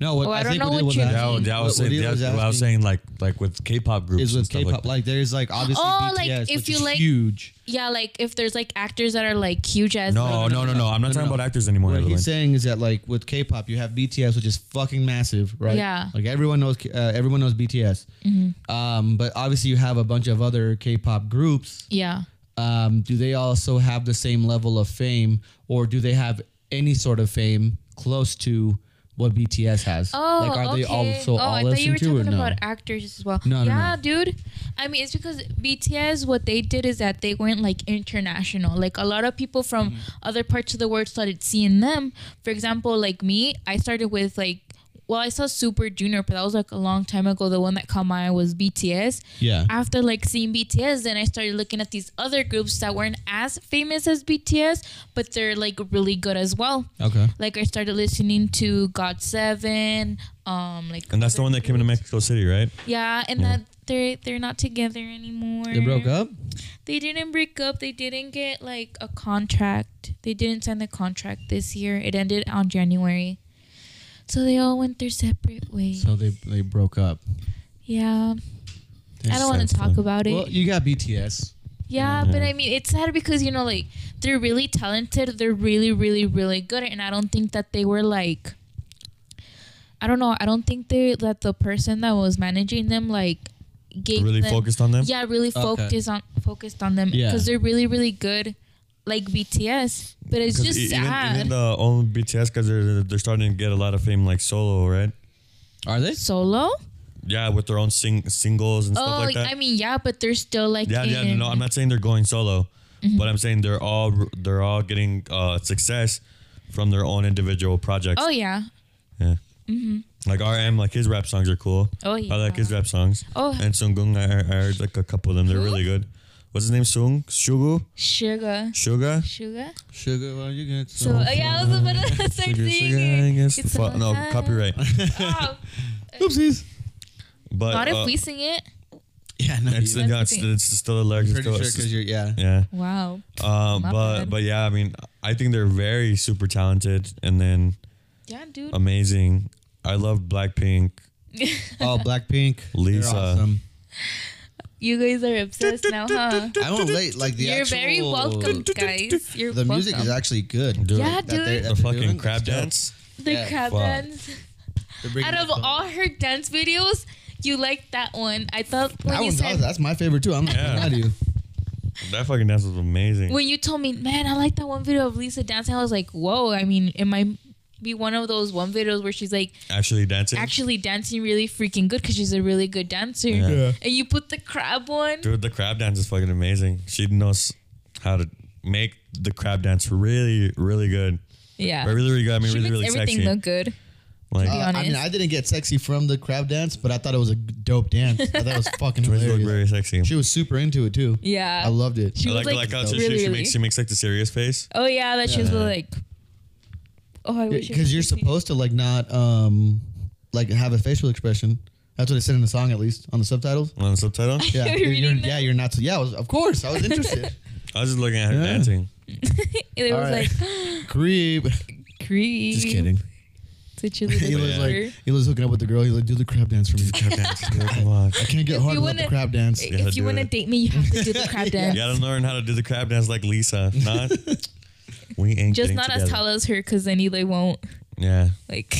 S3: No, what
S4: Oh, I
S3: I
S4: don't
S3: think
S4: know
S3: what he
S4: what
S3: was
S4: you
S5: Yeah, I was-
S3: asking-
S5: yeah, I was
S3: what
S5: saying,
S3: he
S5: yeah,
S3: was
S5: well, I was
S3: asking
S5: saying like like with K-pop groups
S3: is
S5: and
S3: with
S5: stuff
S3: K-pop. Like,
S5: like
S3: there's like obviously
S4: Oh,
S3: BTS,
S4: like, if
S3: which
S4: you
S3: is
S4: like-
S3: huge.
S4: Yeah, like if there's like actors that are like huge as
S5: No,
S4: like,
S5: no, no, no. I'm not
S3: No,
S5: talking
S3: no.
S5: about actors anymore.
S3: What
S5: Evelyn.
S3: he's saying is that like with K-pop, you have BTS, which is fucking massive, right?
S4: Yeah. Mm-hmm.
S3: Like everyone knows, K- uh, everyone knows BTS. Um, but obviously, you have a bunch of other K-pop groups.
S4: Yeah.
S3: Um, do they also have the same level of fame, or do they have any sort of fame close to what BTS has?
S4: Oh,
S3: like are
S4: okay.
S3: they also
S4: oh,
S3: all
S4: I thought you
S3: listened
S4: were
S3: to or
S4: talking
S3: no?
S4: about actors as well.
S3: No, no,
S4: yeah, dude. I mean, it's because BTS, what they did is that they went like international. Like a lot of people from
S3: Mm-hmm.
S4: other parts of the world started seeing them. For example, like me, I started with like, well, I saw Super Junior, but that was like a long time ago. The one that caught my eye was BTS.
S3: Yeah.
S4: After like seeing BTS, then I started looking at these other groups that weren't as famous as BTS, but they're like really good as well
S3: Okay.
S4: like I started listening to God Seven, um, like
S5: And that's the one that came into Mexico City, right?
S4: yeah, and that they're they're not together anymore.
S3: They broke up.
S4: They didn't break up. They didn't get like a contract. They didn't sign the contract this year. It ended on January, so they all went their separate ways.
S3: So they they broke up.
S4: yeah, I don't want to talk about it.
S3: Well, you got BTS.
S4: Yeah,
S5: Mm-hmm.
S4: but I mean, it's sad because you know, like they're really talented. They're really, really, really good, and I don't think that they were like. I don't know. I don't think they that the person that was managing them like gave
S5: Really
S4: them-
S5: focused on them?
S4: Yeah, really focused on focused on them
S3: Yeah.
S4: because they're really, really good, like BTS. But it's
S5: 'Cause
S4: just
S5: e- even,
S4: sad.
S5: Even the old BTS guys, they're, they're starting to get a lot of fame, like solo, right?
S3: Are they?
S4: Solo?
S5: Yeah, with their own sing- singles and
S4: Oh,
S5: stuff like that.
S4: I mean, yeah, but they're still like
S5: yeah, yeah.
S4: in-
S5: No, I'm not saying they're going solo,
S4: Mm-hmm.
S5: but I'm saying they're all they're all getting uh, success from their own individual projects.
S4: Oh yeah.
S5: Yeah. Like RM, like his rap songs are cool.
S4: Oh,
S5: I like his
S4: yeah.
S5: rap songs.
S4: Oh.
S5: And Sungung, I, I heard like a couple of them. They're
S4: Who?
S5: really good. What's his name? Sung? Shugu?
S4: Sugar.
S5: Suga?
S4: Sugar.
S3: Sugar, well, you get
S4: So oh, yeah, I was about to start
S5: Suga, Suga, I
S4: singing.
S5: guess.
S4: It's
S5: Fu-
S4: about
S5: no,
S4: time.
S5: copyright.
S4: Oh,
S3: Oopsies.
S5: But
S4: not
S5: uh,
S4: if we sing it.
S3: Yeah, no.
S5: it's,
S4: That's
S3: you-
S5: no,
S4: the
S5: it's,
S4: thing.
S5: it's still the lyrics.
S3: I'm
S5: It's
S3: pretty sure
S5: still, it's
S3: because
S5: just-
S3: you're, yeah.
S5: yeah.
S4: Wow.
S5: Uh,
S4: My
S5: but
S4: bad.
S5: but yeah, I mean, I think they're very super talented and then
S4: Yeah, dude.
S5: Um, amazing. I love Blackpink.
S3: Oh, Blackpink.
S5: Lisa.
S3: They're awesome.
S4: you guys are obsessed now, huh?
S3: I won't late. Like the
S4: You're
S3: actual,
S4: very welcome, guys. You're
S3: The
S4: welcome.
S3: music is actually good.
S5: Dude,
S4: Yeah,
S3: That they're-
S4: dude.
S3: that
S5: the
S3: they're
S5: fucking
S3: doing,
S5: crab
S3: that's dope.
S5: dance.
S4: the
S3: yeah,
S4: crab
S5: fuck.
S4: dance.
S3: They're bringing
S4: Out of
S3: it up.
S4: all her dance videos, you liked that one. I thought when
S3: that
S4: you
S3: one's
S4: said
S3: awesome. that's my favorite too. I'm not
S5: Yeah.
S3: gonna lie to you.
S5: That fucking dance was amazing.
S4: when you told me, man, I like that one video of Lisa dancing. I was like, whoa. I mean, it might be one of those one videos where she's like
S5: Actually dancing.
S4: actually dancing really freaking good because she's a really good dancer.
S5: Yeah. Yeah.
S4: And you put the crab one.
S5: Dude, the crab dance is fucking amazing. She knows how to make the crab dance really, really good.
S4: Yeah.
S5: Really, really good. I mean,
S4: she
S5: really,
S4: makes
S5: really
S4: everything
S5: sexy.
S4: look good.
S5: like,
S4: Be
S3: Uh, I mean,
S4: honest.
S3: I didn't get sexy from the crab dance, but I thought it was a dope dance. I thought it was fucking
S5: she look
S3: hilarious.
S5: very sexy.
S3: She was super into it too.
S4: Yeah.
S3: I loved it.
S4: She
S5: I
S4: was like,
S5: like, I like how she,
S4: really,
S5: she, she
S4: really.
S5: makes she makes like the serious face.
S4: oh yeah, that she was really like. Oh, I wish. I could
S3: Because you're
S4: see-
S3: supposed to like not um like have a facial expression. That's what it said in the song, at least on the subtitles.
S5: On the subtitle,
S3: Yeah,
S4: You're
S3: you're,
S4: reading
S3: you're-
S4: that?
S3: yeah, you're not. Yeah, I was, of course, I was interested.
S5: I was just looking at her
S3: Yeah.
S5: dancing.
S4: It
S3: All
S4: was
S3: right.
S4: like
S3: Creep.
S4: creep. Such a
S3: He
S4: little
S3: was
S4: creeper.
S3: like, he was hooking up with the girl. He's like, do the crab dance for me.
S5: Crab dance. Dude, come on.
S3: I can't get
S4: If
S3: hard
S4: you
S3: without the
S4: wanna-
S3: crab dance.
S5: Yeah,
S4: if you
S5: do
S4: want to
S5: it.
S4: date me, you have to do the crab dance.
S5: You gotta learn how to do the crab dance like Lisa. Not we ain't
S4: Just
S5: getting
S4: not
S5: together.
S4: as tall as her, because then Eli won't.
S5: Yeah,
S4: Like,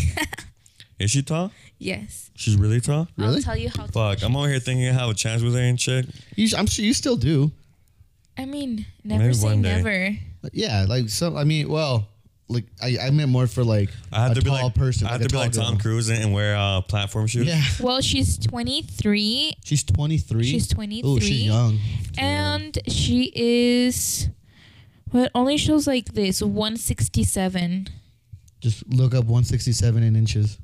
S5: is she tall?
S4: yes.
S5: She's really tall.
S3: Really?
S4: I'll tell you how. tall
S5: Fuck, I'm over here thinking I have a chance with her and shit.
S3: You sh- I'm sure you still do.
S4: I mean, never
S5: Maybe
S4: say
S5: one day.
S4: never.
S3: Like, Yeah, like so. I mean, well, like I, I meant more for like
S5: I had
S3: a
S5: to be
S3: tall
S5: like
S3: person.
S5: I had
S3: a
S5: to be
S3: tall
S5: like
S3: girl.
S5: Tom Cruise and, and wear uh, platform shoes.
S3: Yeah,
S4: Well, she's 23
S3: she's 23.
S4: She's
S3: Oh,
S4: 23.
S3: she's young.
S4: and she is. Well, it only shows like this 167.
S3: Just look up 167 in inches.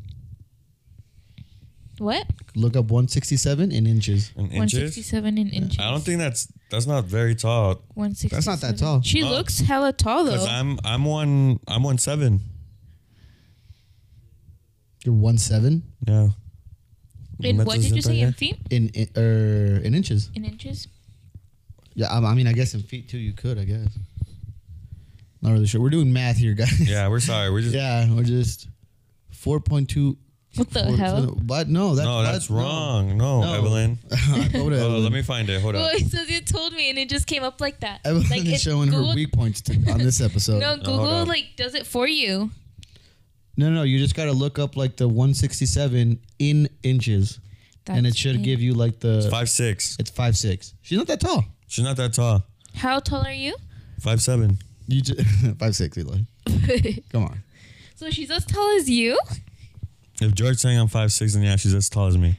S4: What?
S3: Look up 167 in inches.
S5: In inches.
S4: 167 in inches.
S5: I don't think that's that's not very tall.
S4: 167.
S3: That's not that tall.
S4: She
S5: No.
S4: looks hella tall
S5: Uh, Cause
S4: though.
S5: I'm I'm one I'm one seven.
S3: You're one seven
S5: Yeah.
S4: And what did you say in
S5: Yeah.
S4: feet?
S3: in in, er, in inches.
S4: In inches?
S3: Yeah, I, I mean, I guess in feet too. You could, I guess. Not really sure. We're doing math here, guys.
S5: Yeah, we're sorry. We're just
S3: yeah. We're just 4.2.
S4: What the
S3: four-
S4: hell?
S3: But no, that's
S5: no, that's wrong. No,
S3: No.
S5: Evelyn.
S3: Whatever.
S5: Oh, let me find it. Hold
S4: Well,
S5: up.
S4: it says you told me, and it just came up like that.
S3: Evelyn
S4: like
S3: is
S4: it-
S3: showing
S4: Google,
S3: her weak points to, on this episode.
S4: No,
S3: no.
S4: Google
S5: on.
S4: like does it for you.
S3: no, no, you just gotta look up like the 167 in inches, and it
S4: That's
S3: should
S4: it.
S3: give you like the. It's five,
S5: Five
S3: six.
S5: six.
S3: She's not that tall.
S5: She's not that tall.
S4: How tall are you?
S5: Five seven.
S3: You just, five six, Eli. Come on.
S4: so she's as tall as you.
S5: If George's saying I'm five six, then yeah, she's as tall as me.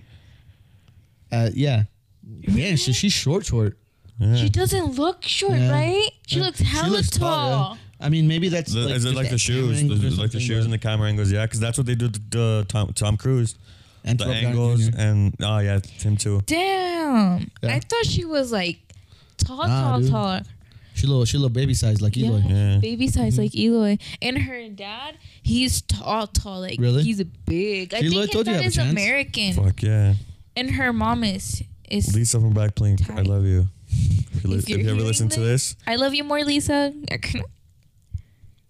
S3: Uh, yeah. Man, she, she's short, short.
S5: Yeah.
S4: She doesn't look short,
S3: Yeah.
S4: right? She
S3: Yeah.
S4: looks
S3: She
S4: hella
S3: looks
S4: tall.
S3: tall, I mean, maybe that's.
S5: The- is it
S3: just
S5: like
S3: camera
S5: the shoes?
S3: angles
S5: The-
S3: or
S5: like the
S3: something,
S5: shoes and the camera angles? Yeah, because that's what they do to, to Tom Tom Cruise.
S3: but- and
S5: The
S3: Rob Downey
S5: angles
S3: Jr.
S5: and oh yeah, Tim too.
S4: Damn.
S3: Yeah.
S4: I thought she was like tall,
S3: Nah,
S4: tall,
S3: dude.
S4: tall.
S3: She little, she little baby size like Eloy. Mm-hmm.
S4: Yeah,
S5: Yeah.
S4: baby size like Eloy. And her dad, he's tall, tall. Like
S3: Really?
S4: he's a big. I
S3: See, Eloy
S4: think his
S3: told you
S4: dad
S3: have a
S4: is
S3: chance.
S4: American.
S5: Fuck yeah,
S4: And her mom is is
S5: Lisa from Blackpink. I
S4: Tight.
S5: love you. If you, li-
S4: If
S5: if
S4: you're
S5: you ever
S4: hearing
S5: listen to this,
S4: I love you more, Lisa.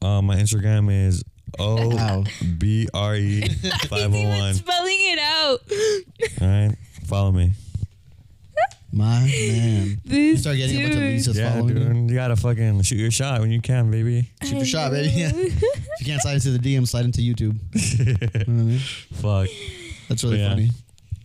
S5: uh, my Instagram is o
S3: Wow.
S5: b r e five
S4: He's
S5: hundred
S4: even
S5: one.
S4: spelling it out.
S5: All right, follow me.
S3: My man.
S4: This
S3: Start getting a bunch of
S4: dude.
S3: Lisa's
S5: Yeah,
S3: following you.
S5: dude. You gotta fucking shoot your shot when you can, baby.
S3: Shoot your shot, baby. if you can't slide into the DM, slide into YouTube. You know what I mean?
S5: Fuck.
S3: That's really
S5: Yeah.
S3: funny.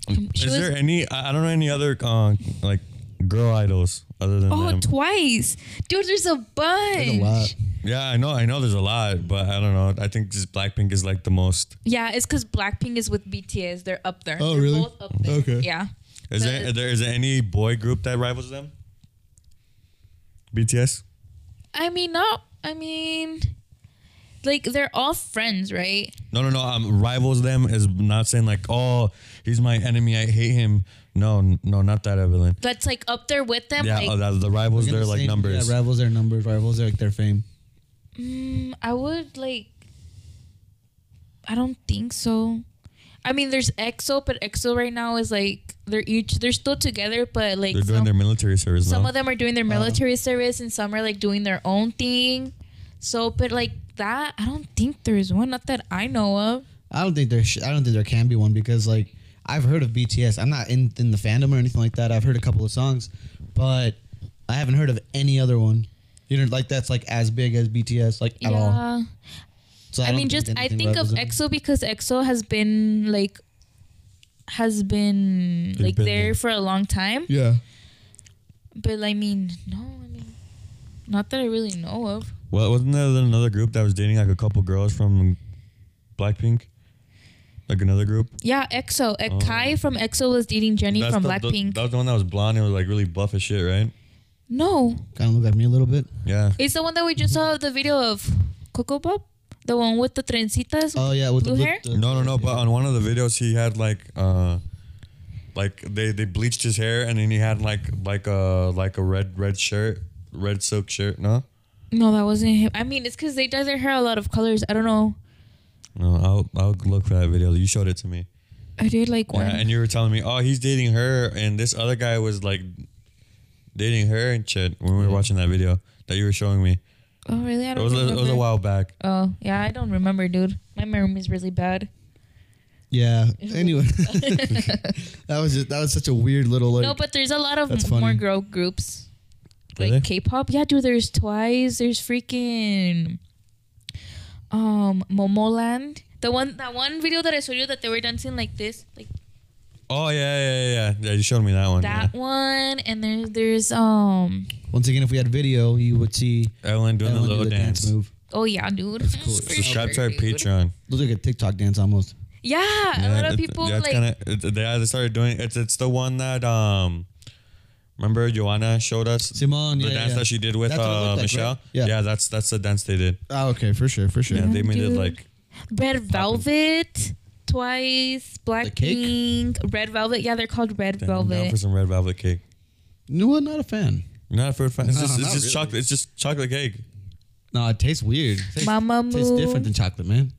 S4: She
S5: Is
S4: was-
S5: there any? I I don't know any other uh, like girl idols other than
S4: Oh,
S5: them.
S4: twice, dude. There's a bunch.
S3: There's a lot.
S5: yeah, I know. I know. There's a lot, but I don't know. I think just Blackpink is like the most.
S4: Yeah, it's because Blackpink is with BTS. They're up there.
S3: Oh,
S4: They're
S3: really?
S4: Both up there.
S3: Okay.
S4: Yeah.
S5: Is there? Is there, is there any boy group that rivals them? BTS.
S4: I mean, not. I mean, like they're all friends, right?
S5: No, no, no. Um, rivals them is not saying like, oh, he's my enemy. I hate him. No, n- no, not that Evelyn.
S4: That's like up there with them.
S5: Yeah,
S4: like,
S5: oh, that, the rivals. They're
S3: Gonna
S5: like
S3: say-
S5: numbers.
S3: Yeah, rivals their numbers. Rivals are like their fame.
S4: mm, I would like. I don't think so. I mean, there's EXO, but EXO right now is like they're each they're still together, but like
S5: They're doing
S4: some,
S5: their Uh-huh. military service
S4: some
S5: now.
S4: of them are doing their military service and some are like doing their own thing. So, but like that, I don't think there's one, not that I know of.
S3: I don't think there. Sh- I don't think there can be one because like I've heard of BTS. I'm not in in the fandom or anything like that. I've heard a couple of songs, but I haven't heard of any other one. You know, like that's like as big as BTS, like at all.
S4: yeah.
S3: So
S4: I,
S3: don't
S4: mean, just I
S3: anything
S4: think of
S3: represents-
S4: EXO because EXO has been like has been
S5: They've
S4: like
S5: been
S4: there
S5: there.
S4: for a long time.
S3: Yeah.
S4: But I mean, no, I mean, not that I really know of.
S5: Well, wasn't there another group that was dating like a couple girls from Blackpink? Like another group?
S4: Yeah, EXO. Uh, Kai from EXO was dating Jenny
S5: Oh. That's
S4: from
S5: the- the-
S4: Blackpink.
S5: that was the one that was blonde and was like really buff as shit, right?
S4: no,
S3: Kind of look at me a little bit.
S5: Yeah.
S4: it's the one that we just saw the video of Coco Pop, the one with the trencitas.
S5: Uh.
S3: Oh yeah, with
S4: Blue
S3: the blue-
S4: hair?
S3: the-
S5: No, no, no. But on one of the videos, he had like, uh, like they they bleached his hair and then he had like like a like a red red shirt, red silk shirt. No,
S4: No, that wasn't him. I mean, it's because they dye their hair a lot of colors. I don't know.
S5: no. I'll I'll look for that video. You showed it to me.
S4: I did like one.
S5: Yeah, and you were telling me, oh, he's dating her, and this other guy was like dating her and shit when
S4: Mm-hmm.
S5: we were watching that video that you were showing me.
S4: oh really? I
S5: It
S4: don't
S5: was, a, it
S4: remember.
S5: was a while back.
S4: Oh yeah, I don't remember, dude. My memory is really bad.
S3: Yeah. Anyway, that was just, that was such a weird little like.
S4: no, but there's a lot of
S3: That's
S4: m- more
S3: funny.
S4: girl groups, like
S5: Really?
S4: K-pop. Yeah, dude. There's Twice. There's freaking um Momoland. The one that one video that I showed you that they were dancing like this, like
S5: Oh yeah, yeah, yeah, Oh, yeah. Yeah, you showed me that one.
S4: that one. And there's there's um
S3: Once again, if we had video, you would see
S5: yeah. Evelyn doing
S3: Ellen
S5: the
S3: do
S5: little dance.
S3: move.
S4: oh yeah, dude.
S3: cool.
S4: For
S5: Subscribe to
S4: sure,
S5: our
S4: dude.
S5: Patreon.
S3: Looks like a TikTok dance almost.
S4: Yeah, a lot of people
S5: yeah, it's
S4: like
S5: kinda, it, they either started doing it's it's the one that um remember Joanna showed us
S3: Simone,
S5: the
S3: yeah,
S5: dance
S3: yeah.
S5: that she did with
S3: That's what it looked
S5: uh,
S3: like, right?
S5: Michelle.
S3: Yeah.
S5: Yeah. that's that's the dance they did.
S3: Oh, okay, for sure, for sure.
S5: Yeah, they made
S4: dude.
S5: it like
S4: Red Velvet, Twice,
S3: cake?
S4: Blackpink, Red Velvet. Yeah, they're called Red
S5: damn, I'm down
S4: Velvet.
S5: for some red velvet cake.
S3: No, I'm not a fan.
S5: Not for fun. It's
S3: No,
S5: just,
S3: not
S5: it's just
S3: really.
S5: chocolate. It's just chocolate cake.
S3: No, it tastes weird. It tastes,
S4: Mama
S3: tastes
S4: Moo.
S3: different than chocolate, man.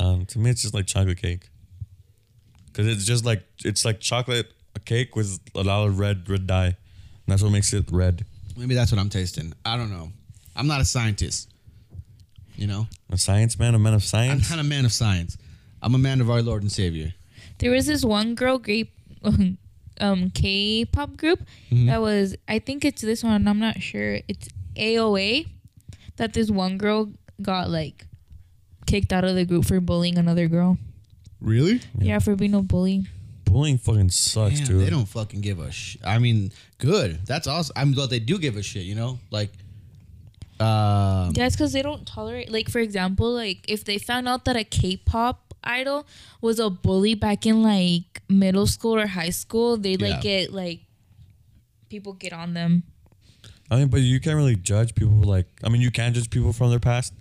S5: Um, to me, it's just like chocolate cake. Cause it's just like it's like chocolate cake with a lot of red red dye. And that's what makes it red.
S3: Maybe that's what I'm tasting. I don't know. I'm not a scientist. You know,
S5: A science man, a man of
S3: I'm
S5: science.
S3: not a man of science. I'm a man of our Lord and Savior.
S4: There was this one girl grape um K-pop group that was I think it's this one, I'm not sure. It's AOA that this one girl got like kicked out of the group for bullying another girl.
S3: Really?
S4: Yeah, for being a bully.
S5: Bullying fucking sucks,
S3: Damn,
S5: dude.
S3: they don't fucking give a sh. I mean, good. That's awesome. I mean, but they do give a shit. You know, like, um,
S4: Yeah, it's cuz they don't tolerate like for example, like if they found out that a K-pop idol was a bully back in like middle school or high school, they like
S3: Yeah.
S4: get like people get on them.
S5: I mean, but you can't really judge people like. I mean, you can judge people from their past,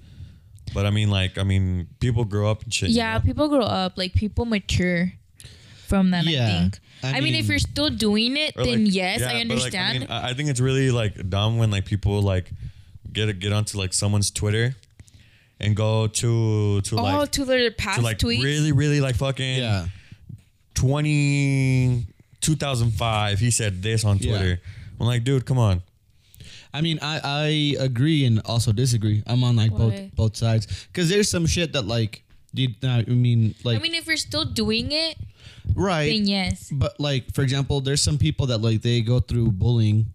S5: but I mean, like, I mean, people grow up and shit. you
S4: Yeah,
S5: know?
S4: people grow up. Like people mature from that.
S3: Yeah,
S4: I think.
S3: I
S4: I, mean,
S3: mean-
S4: if you're still doing it,
S5: Or,
S4: then
S5: like,
S4: yes,
S5: yeah,
S4: I
S5: but, like,
S4: understand.
S5: I, mean, I- I think it's really like dumb when like people like get get onto like someone's Twitter, and go to to
S4: oh,
S5: like
S4: to their past
S5: to like
S4: tweets.
S5: really really like fucking
S3: yeah.
S5: 20 2005 he said this on
S3: Yeah.
S5: Twitter. I'm like, dude, come on.
S3: I mean, I, I agree and also disagree. I'm on like
S4: Why?
S3: both both sides because there's some shit that like Dude, I mean, like,
S4: I mean, if you're still doing it,
S3: right?
S4: then yes.
S3: But like for example, there's some people that like they go through bullying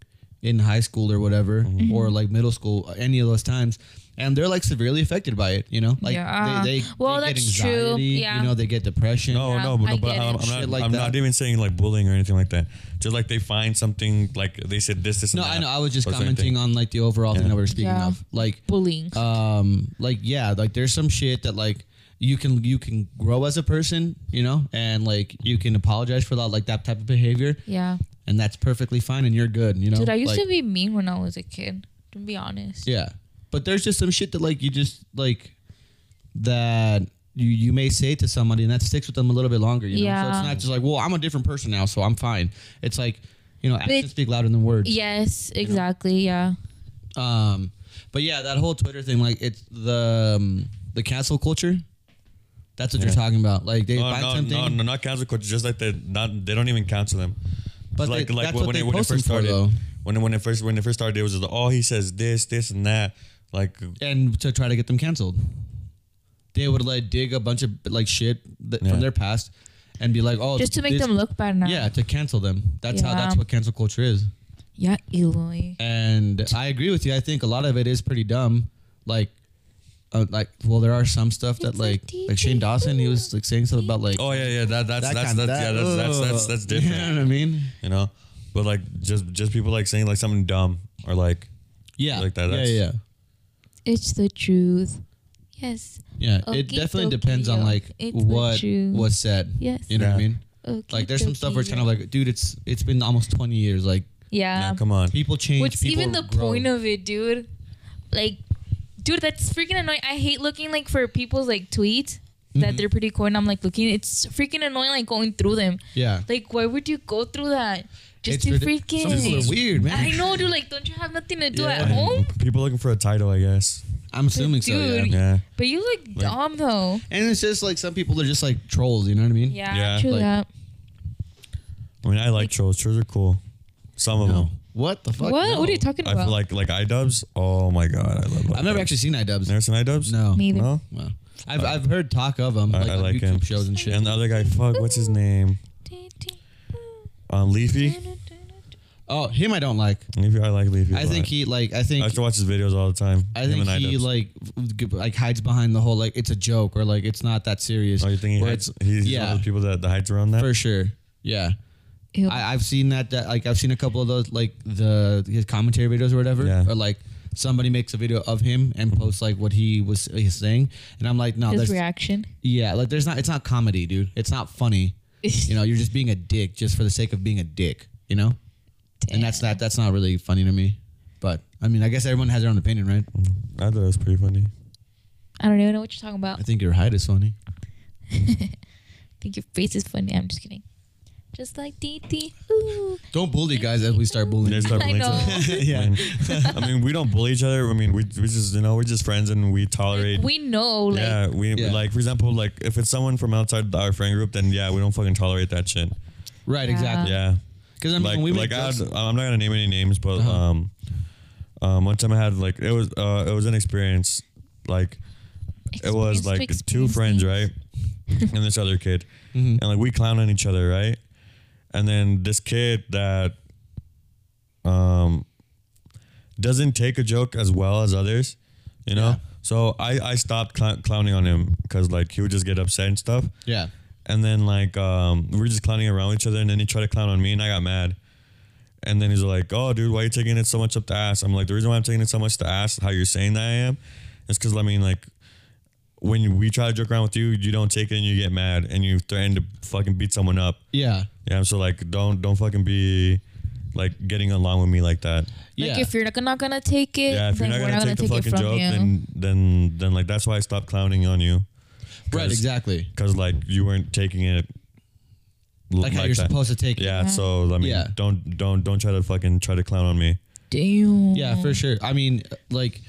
S3: in high school or whatever, or like middle school, any of those times, and they're like severely affected by it. You know, like
S4: Yeah.
S3: they, they
S4: Well,
S3: they get
S4: that's true.
S3: anxiety,
S4: Yeah.
S3: You know, they get depression.
S5: No,
S4: Yeah,
S5: no, but,
S4: I
S5: but
S4: get
S5: I'm,
S4: it.
S5: I'm not.
S3: Shit like
S5: I'm
S3: that.
S5: not even saying like bullying or anything like that. Just like they find something like they said this, this.
S3: No,
S5: and
S3: I
S5: that,
S3: know. I was just
S5: or something.
S3: commenting on like the overall thing that we are speaking
S4: Yeah.
S3: of, like
S4: Bullying.
S3: um like yeah like there's some shit that like you can you can grow as a person you know and like you can apologize for that like that type of behavior
S4: yeah.
S3: and that's perfectly fine and you're good you know
S4: Dude, I used
S3: Like,
S4: to be mean when I was a kid, to be honest.
S3: yeah but there's just some shit that like you just like that you you may say to somebody and that sticks with them a little bit longer you know so
S4: Yeah.
S3: it's not just like well i'm a different person now so i'm fine it's like you know actions
S4: But-
S3: speak louder than words
S4: Yes, exactly. Yeah.
S3: Um, but yeah, that whole Twitter thing, like it's the um, the cancel culture. That's what you're talking about. Like they
S5: No,
S3: find
S5: no,
S3: something,
S5: no, no, not cancel culture. Just like they not. They don't even cancel them.
S3: but
S5: like
S3: they,
S5: like
S3: that's
S5: when,
S3: what
S5: when
S3: they
S5: it, when it
S3: post
S5: first
S3: them for,
S5: started.
S3: though.
S5: When it- when it first when it first started, it was just, oh he says this this and that. Like
S3: and to try to get them canceled. They would like dig a bunch of like shit that,
S5: Yeah.
S3: from their past, and be like, oh,
S4: Just to make
S3: this-
S4: them look bad now.
S3: Yeah, to cancel them. That's how.
S4: Yeah.
S3: That's what cancel culture is.
S4: Yeah, Eloy.
S3: And I agree with you. I think a lot of it is pretty dumb. Like, uh, like well, there are some stuff that
S4: It's like
S3: like like Shane
S4: DJ
S3: Dawson, he was like saying something about like
S5: oh yeah yeah that that's
S3: that kind-
S5: that's, that's yeah that's that's that's,
S3: ugh.
S5: that's different.
S3: You know what I mean?
S5: You know, but like just just people like saying like something dumb or like
S3: Yeah,
S5: Like that,
S3: Yeah,
S5: that's-
S3: yeah,
S4: It's the truth. Yes.
S3: yeah.
S4: Okie
S3: it definitely
S4: dokie,
S3: depends on
S4: yo.
S3: like
S4: It's the
S3: what
S4: truth.
S3: was said.
S4: Yes.
S3: You know what I
S5: Yeah.
S3: mean?
S4: Okie
S3: Like there's some stuff where it's
S4: dokie,
S3: kind of
S4: yeah.
S3: like, dude, it's it's been almost 20 years. Like
S4: Um, Yeah.
S5: nah, come on.
S3: people change.
S4: What's
S3: people
S4: even the
S3: grow.
S4: point of it, dude? Like, dude, that's freaking annoying. I hate looking like for people's like tweets
S3: Mm-hmm.
S4: that they're pretty cool, and I'm like looking. It's freaking annoying, like going through them.
S3: Yeah,
S4: Like, why would you go through that? Just
S3: It's
S4: to
S3: ridic-
S4: freaking.
S3: Some people are weird, man.
S4: I know, dude. Like, don't you have nothing to do
S3: Yeah.
S4: at
S5: And
S4: home?
S5: People looking for a title, I guess.
S3: I'm assuming so. Yeah.
S4: Dude.
S5: Yeah.
S4: But you look dumb though.
S3: And it's just like some people are just like trolls. You know what I mean?
S4: Yeah,
S5: Yeah.
S4: true
S3: Like-
S4: that.
S5: I mean, I like trolls. Trolls are cool. Some of
S3: No.
S5: them.
S3: What the fuck?
S4: What?
S3: no.
S4: What are you talking
S5: I
S4: about?
S5: feel like like iDubbbz. Oh my god, I love.
S3: I've never
S5: iDubbbz.
S3: actually seen iDubbbz.
S5: never seen iDubbbz.
S3: No.
S4: Me either.
S5: No.
S3: Well, I've I've heard talk of them like,
S5: I, I
S3: on
S5: like
S3: YouTube
S5: him.
S3: shows and shit.
S5: And the other guy, fuck, what's his name? Um, Leafy.
S3: Oh, him I don't like.
S5: Leafy, I like Leafy. a
S3: I think
S5: lot.
S3: he like I
S5: I
S3: think
S5: used to watch his videos all the time.
S3: I
S5: him
S3: think
S5: and
S3: he
S5: iDubbbz.
S3: like g- like hides behind the whole like it's a joke or like it's not that serious.
S5: Oh, you think he
S3: Where
S5: hides?
S3: it's-
S5: He's one
S3: yeah,
S5: of the people that, that hides around that.
S3: for sure. Yeah,
S4: Ew.
S3: I, I've seen that, that. Like I've seen a couple of those like the his commentary videos or whatever.
S5: Yeah.
S3: Or like somebody makes a video of him and posts like what he was uh, he's saying, and I'm like, no,
S4: His
S3: that's
S4: reaction.
S3: yeah, like there's not. It's not comedy, dude. It's not funny. You know, you're just being a dick just for the sake of being a dick. You know, and that's not that's not really funny to me. But I mean, I guess everyone has their own opinion, right?
S5: I thought it was pretty funny.
S4: I don't even know what you're talking about.
S3: I think your height is funny.
S4: I think your face is funny. I'm just kidding. Just like DT. Ooh.
S3: Don't bully guys as we start bullying.
S5: They start
S4: I
S5: bullying each other. I mean, I mean, we don't bully each other. I mean, we, we just you know we're just friends and we tolerate.
S4: We know, like,
S5: yeah, we
S3: Yeah.
S5: like for example, like if it's someone from outside our friend group, then yeah, we don't fucking tolerate that shit.
S3: Right,
S4: Yeah.
S3: exactly.
S5: Yeah,
S3: Because I mean,
S5: like
S3: when we make
S5: like I
S3: jokes, Uh-huh.
S5: I'm not gonna name any names, but um, um, one time I had like it was uh it was an experience, like it
S4: Experience
S5: was
S4: to
S5: like two
S4: experience
S5: friends,
S4: things.
S5: right, and this other kid, and like we clown on each other, right, and then this kid that um doesn't take a joke as well as others, you know.
S3: Yeah.
S5: So I I stopped cl- clowning on him because like he would just get upset and stuff.
S3: yeah,
S5: And then like um, we were just clowning around each other, and then he tried to clown on me, and I got mad. And then he's like, "Oh, dude, why are you taking it so much up the ass?" I'm like, "The reason why I'm taking it so much to ass, how you're saying that I am, is because I mean, like, when we try to joke around with you, you don't take it and you get mad and you threaten to fucking beat someone up.
S3: yeah,
S5: Yeah, so like, don't don't fucking be like getting along with me like that.
S3: yeah.
S4: Like if you're not gonna, gonna take it,
S5: Yeah, if you're
S4: then
S5: not
S4: we're
S5: gonna,
S4: not gonna
S5: take
S4: take,
S5: the
S4: it
S5: fucking
S4: from
S5: joke,
S4: you.
S5: then then then like that's why I stopped clowning on you
S3: right,
S5: Cause-
S3: exactly.
S5: because like you weren't taking it l-
S3: Like, how you're
S5: that.
S3: supposed to take it.
S5: Yeah, so I mean,
S3: Yeah.
S5: don't don't don't try to fucking try to clown on me.
S4: Damn.
S3: Yeah, for sure. I mean, like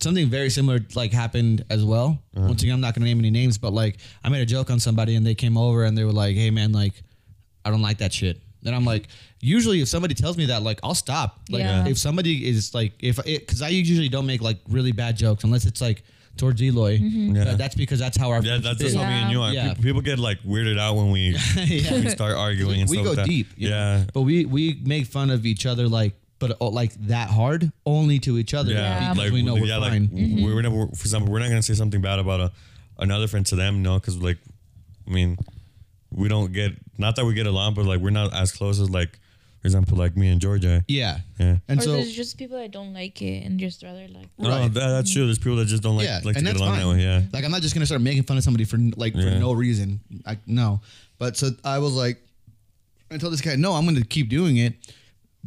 S3: something very similar like happened as well.
S5: Uh-huh.
S3: Once again, I'm not gonna name any names, but like I made a joke on somebody and they came over and they were like, "Hey, man, like I don't like that shit." Then I'm like, usually if somebody tells me that, like I'll stop. Like
S4: Yeah.
S3: if somebody is like, if it, because I usually don't make like really bad jokes unless it's like towards Eloy.
S4: Mm-hmm.
S5: Yeah.
S3: But that's because that's how our
S5: Yeah, that's just
S4: Yeah.
S5: how me and you are.
S3: Yeah.
S5: Pe- People get like weirded out when we,
S3: Yeah.
S5: we start arguing and
S3: we
S5: stuff
S3: go
S5: like that.
S3: deep. you know?
S5: Yeah.
S3: but we we make fun of each other like, but uh, like that hard only to each other.
S5: Yeah, Mm-hmm.
S3: because
S5: like
S3: we know we're
S5: yeah,
S3: fine.
S5: Like, we're, we're never, for example, we're not gonna say something bad about a, another friend to them, no, because like, I mean, we don't get not that we get along, but like we're not as close as like, for example, like me and Georgia.
S3: yeah,
S5: Yeah.
S3: and
S4: or
S3: so
S4: there's just people that don't like it and just rather like
S5: No,
S3: Right.
S5: Oh, that, that's true. There's people that just don't like
S3: yeah,
S5: like to
S3: and
S5: get
S3: that's
S5: along
S3: fine.
S5: that way. Yeah.
S3: Like I'm not just gonna start making fun of somebody for n- like for
S5: Yeah.
S3: no reason. Like no, but so I was like, I told this guy, no, I'm gonna keep doing it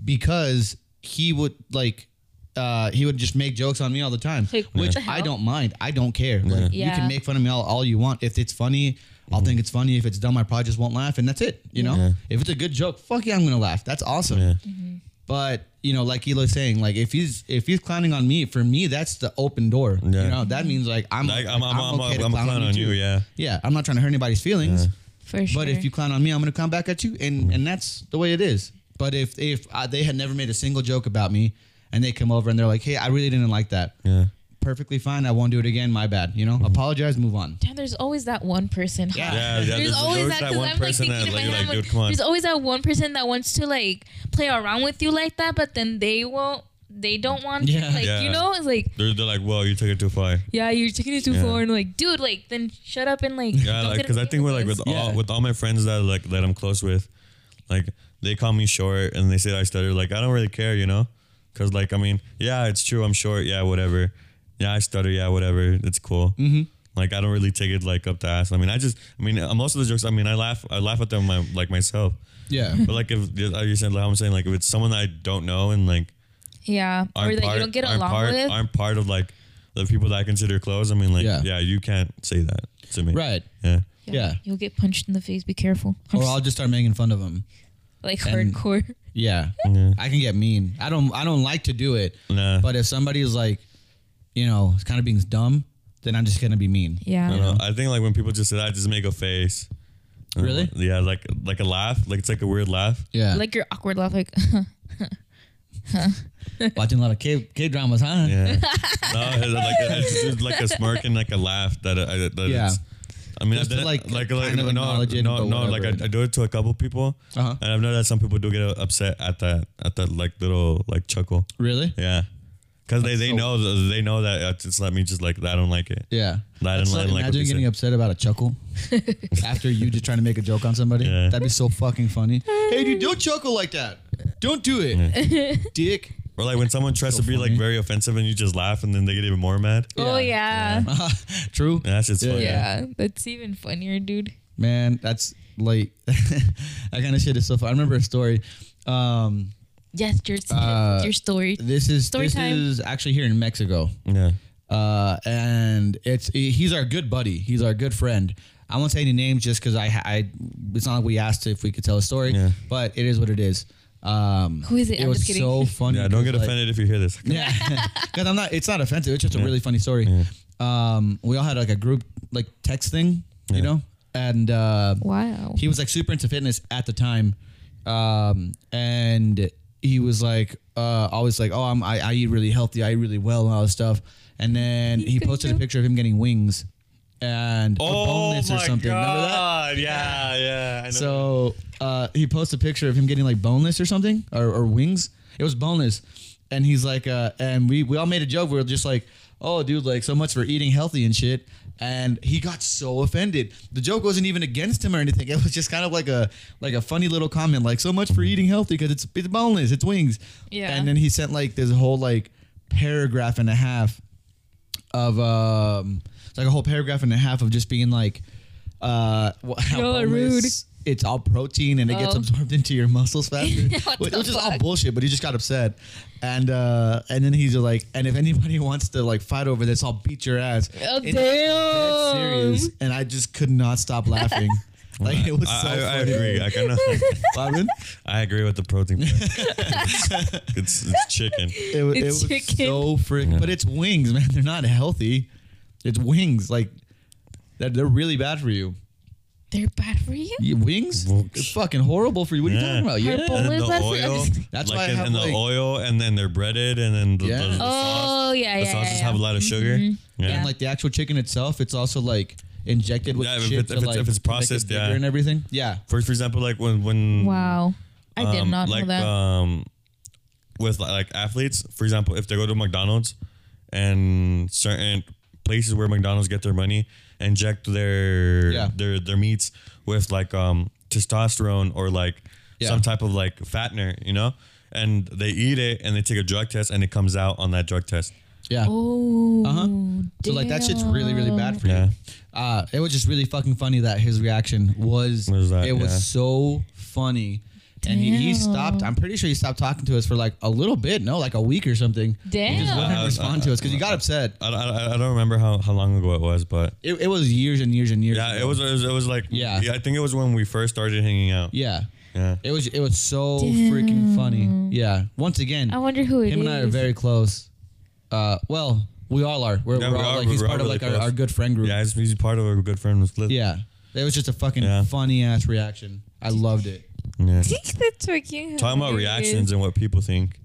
S3: because he would like. Uh, he would just make jokes on me all the time,
S4: Like, what
S3: which
S4: the hell?
S3: I don't mind. I don't care. Like, You
S4: Yeah.
S3: can make fun of me all, all you want. If it's funny, I'll
S5: Mm-hmm.
S3: think it's funny. If it's dumb, I probably just won't laugh, and that's it. You know, if it's a good joke, fuck yeah, I'm gonna laugh. That's awesome.
S5: Yeah.
S4: Mm-hmm.
S3: But you know, like Eloy's saying, like if he's if he's clowning on me, for me that's the open door.
S5: Yeah.
S3: You know, that means like I'm
S5: Like, I'm, I'm, I'm,
S3: okay to
S5: I'm a clown on you.
S3: too.
S5: Yeah.
S3: Yeah, I'm not trying to hurt anybody's feelings.
S4: for sure.
S3: But if you clown on me, I'm gonna clown back at you,
S5: Mm-hmm.
S3: and and that's the way it is. But if if I, they had never made a single joke about me, and they come over and they're like, "Hey, I really didn't like that."
S5: Yeah.
S3: Perfectly fine. I won't do it again. My bad. You know,
S5: Mm-hmm.
S3: apologize, move on.
S4: Damn, there's always that one person. huh?
S3: Yeah.
S5: Yeah, yeah,
S4: There's, always that, 'cause I'm like thinking in my
S5: like, you're
S4: head,
S5: like,
S4: I'm like,
S5: dude, come on.
S4: there's always that one person that wants to like play around with you like that, but then they won't, they don't want,
S3: Yeah.
S4: to, like you
S5: Yeah.
S4: know, it's like
S5: They're, they're like, whoa, you took it too far.
S4: yeah, you're taking it too
S5: Yeah.
S4: far, and like dude, like then shut up and like
S5: Yeah,
S4: don't
S5: like
S4: get
S5: because I
S4: annoyed
S5: think we're like with
S4: us.
S5: all
S3: Yeah.
S5: with all my friends that like that I'm close with, like they call me short and they say I stutter. Like I don't really care, you know, because like I mean, yeah, it's true. I'm short. Yeah, whatever. Yeah, I stutter. Yeah, whatever. It's cool. Mm-hmm. Like I don't really take it like up the ass. I mean, I just I mean uh, most of the jokes. I mean, I laugh I laugh at them my, like myself.
S3: Yeah.
S5: But like if like you said, like I'm saying like if it's someone I don't know and like
S4: yeah, or
S5: aren't
S4: that
S5: part,
S4: you don't get
S5: aren't
S4: along
S5: part,
S4: with.
S5: aren't part of like the people that I consider close. I mean, like
S3: Yeah.
S5: yeah you can't say that to me.
S3: Right.
S5: Yeah.
S3: yeah.
S4: you'll get punched in the face. Be careful.
S3: Or I'll just start making fun of them.
S4: like
S3: and-
S4: hardcore.
S3: Yeah.
S5: Yeah.
S3: I can get mean. I don't I don't like to do it.
S5: Nah.
S3: But if somebody is like, you know, kind of being dumb, then I'm just gonna be mean.
S4: Yeah,
S5: I don't know. I think like when people just say that, I just make a face. I don't
S3: Really?
S5: know. yeah, like like a laugh. Like it's like a weird laugh.
S3: Yeah.
S4: like your awkward laugh, like
S3: watching a lot of K K dramas, huh?
S5: Yeah. no, it's like it's just like a smirk and like a laugh that I that
S3: Yeah.
S5: it's. I mean,
S3: Just
S5: I
S3: to,
S5: did,
S3: like,
S5: like, like,
S3: kind of
S5: no,
S3: acknowledge it,
S5: no,
S3: but
S5: no, like
S3: whatever.
S5: I, I do it to a couple people,
S3: Uh-huh.
S5: and I've noticed some people do get upset at that, at that like little like chuckle,
S3: Really?
S5: yeah, because they, they
S3: so-
S5: know th- they know that it's it's not me just like I don't like it,
S3: Yeah.
S5: I
S3: That's like,
S5: didn't like, like what
S3: imagine
S5: you
S3: getting upset
S5: said.
S3: about a chuckle after you just trying to make a joke on somebody.
S5: Yeah.
S3: That'd be so fucking funny. hey, dude, don't chuckle like that. Don't do it, dick.
S5: or like when someone tries
S3: So
S5: to be like
S3: funny.
S5: very offensive and you just laugh and then they get even more mad.
S4: oh yeah.
S3: True.
S5: Yeah, that's just
S3: Yeah.
S5: funny.
S4: yeah, that's even funnier, dude.
S3: Man, that's like that kind of shit is so fun. I remember a story. Um,
S4: Yes, your
S3: Uh,
S4: your story.
S3: this is
S4: Story
S3: this
S4: time.
S3: is actually here in Mexico.
S5: yeah.
S3: uh, and it's he's our good buddy. He's our good friend. I won't say any names just because I, I it's not like we asked if we could tell a story,
S5: Yeah.
S3: but it is what it is. Um,
S4: Who is it?
S3: It
S4: I'm
S3: was
S4: just kidding.
S3: so funny.
S5: Yeah, don't get
S3: because, like-
S5: offended if you hear this.
S3: yeah, because I'm not. It's not offensive. It's just a really funny story. Um, we all had like a group like text thing, you know, and uh,
S4: Wow.
S3: he was like super into fitness at the time, um, and he was like uh, always like, oh, I'm, I, I eat really healthy, I eat really well, and all this stuff. And then he
S4: Pikachu.
S3: posted a picture of him getting wings and a boneless or something. Remember that?
S5: Oh Yeah, yeah. I know.
S3: So uh, he posted a picture of him getting like boneless or something or, or wings. It was boneless, and he's like, uh, and we we all made a joke. We were just like, oh, dude, like so much for eating healthy and shit. And he got so offended. The joke wasn't even against him or anything. It was just kind of like a like a funny little comment, like so much for eating healthy because it's it's boneless, it's wings.
S4: Yeah.
S3: And then he sent like this whole like paragraph and a half of um it's like a whole paragraph and a half of just being like uh wh- how
S4: Y'all are
S3: boneless it's all protein and it gets
S4: Oh.
S3: absorbed into your muscles faster
S4: What
S3: which
S4: the
S3: which is all
S4: fuck?
S3: bullshit but he just got upset and uh and then he's like and if anybody wants to like fight over this i'll beat your ass
S4: Oh,
S3: And
S4: damn.
S3: that's serious and i just could not stop laughing like it was so
S5: I, I, I
S3: funny
S5: agree. I kind of,
S3: Robin,
S5: I agree with the protein. part. it's, it's chicken.
S3: it, wa- it
S4: It's
S3: was
S4: chicken.
S3: so frick but it's wings man they're not healthy it's wings like they're, they're really bad for you
S4: They're bad for you.
S3: You- wings?
S5: Wings.
S3: It's fucking horrible for you. What are you
S5: Yeah.
S3: talking about?
S4: Her
S3: Yeah.
S4: bowl-
S5: and
S4: Well,
S5: the
S4: that's-
S5: oil,
S3: That's
S5: like
S3: why I
S5: in,
S3: have,
S5: in the
S3: like-
S5: oil, and then they're breaded, and then the,
S3: Yeah.
S5: the, the sauce.
S4: Oh yeah,
S5: The
S4: yeah.
S5: sauces
S4: yeah,
S5: have a lot of sugar.
S3: And
S5: Yeah.
S3: like the actual chicken itself, it's also like injected with
S5: Yeah, if
S3: shit
S5: it's-
S3: to,
S5: if it's-
S3: like,
S5: if it's
S3: to make it
S5: processed,
S3: bigger
S5: yeah.
S3: and everything. Yeah,
S5: For for example, like when when
S4: Wow, I did
S5: um,
S4: not
S5: like
S4: know that.
S3: uh,
S5: um with li- like athletes, for example, if they go to McDonald's and certain places where McDonald's get their money, inject their
S3: Yeah.
S5: their their meats with like um testosterone or like
S3: Yeah.
S5: some type of like fattener, you know? And they eat it and they take a drug test and it comes out on that drug test.
S3: yeah.
S4: oh,
S3: Uh-huh. So like that shit's really really bad for
S5: Yeah.
S3: you. Uh, it was just really fucking funny that his reaction was.
S5: Was that,
S3: it was
S5: yeah.
S3: so funny. And he, he stopped. I'm pretty sure he stopped talking to us for like a little bit, no, like a week or something. He just
S4: Damn.
S3: wouldn't
S5: Uh,
S3: respond to us because he got upset.
S5: I, I, I don't remember how, how long ago it was, but
S3: It, it was years and years and years.
S5: yeah, it
S3: ago.
S5: was it was, it was like
S3: Yeah.
S5: I think it was when we first started hanging out.
S3: Yeah,
S5: Yeah.
S3: it was. It was so freaking funny. Yeah. Once again,
S4: I wonder who it is.
S3: him and I are very close. Uh, well, we all are. We're,
S5: Yeah,
S3: we're
S5: we
S3: all
S5: are-
S3: like he's
S5: we're
S3: part
S5: all
S3: of like
S5: really
S3: our,
S5: close.
S3: our good friend group.
S5: Yeah, he's, he's part of a good friend with Liz.
S3: Yeah. It was just a fucking
S5: Yeah.
S3: funny ass reaction. I loved it.
S5: Yeah.
S4: That's so cute.
S5: Talking about reactions and what people think,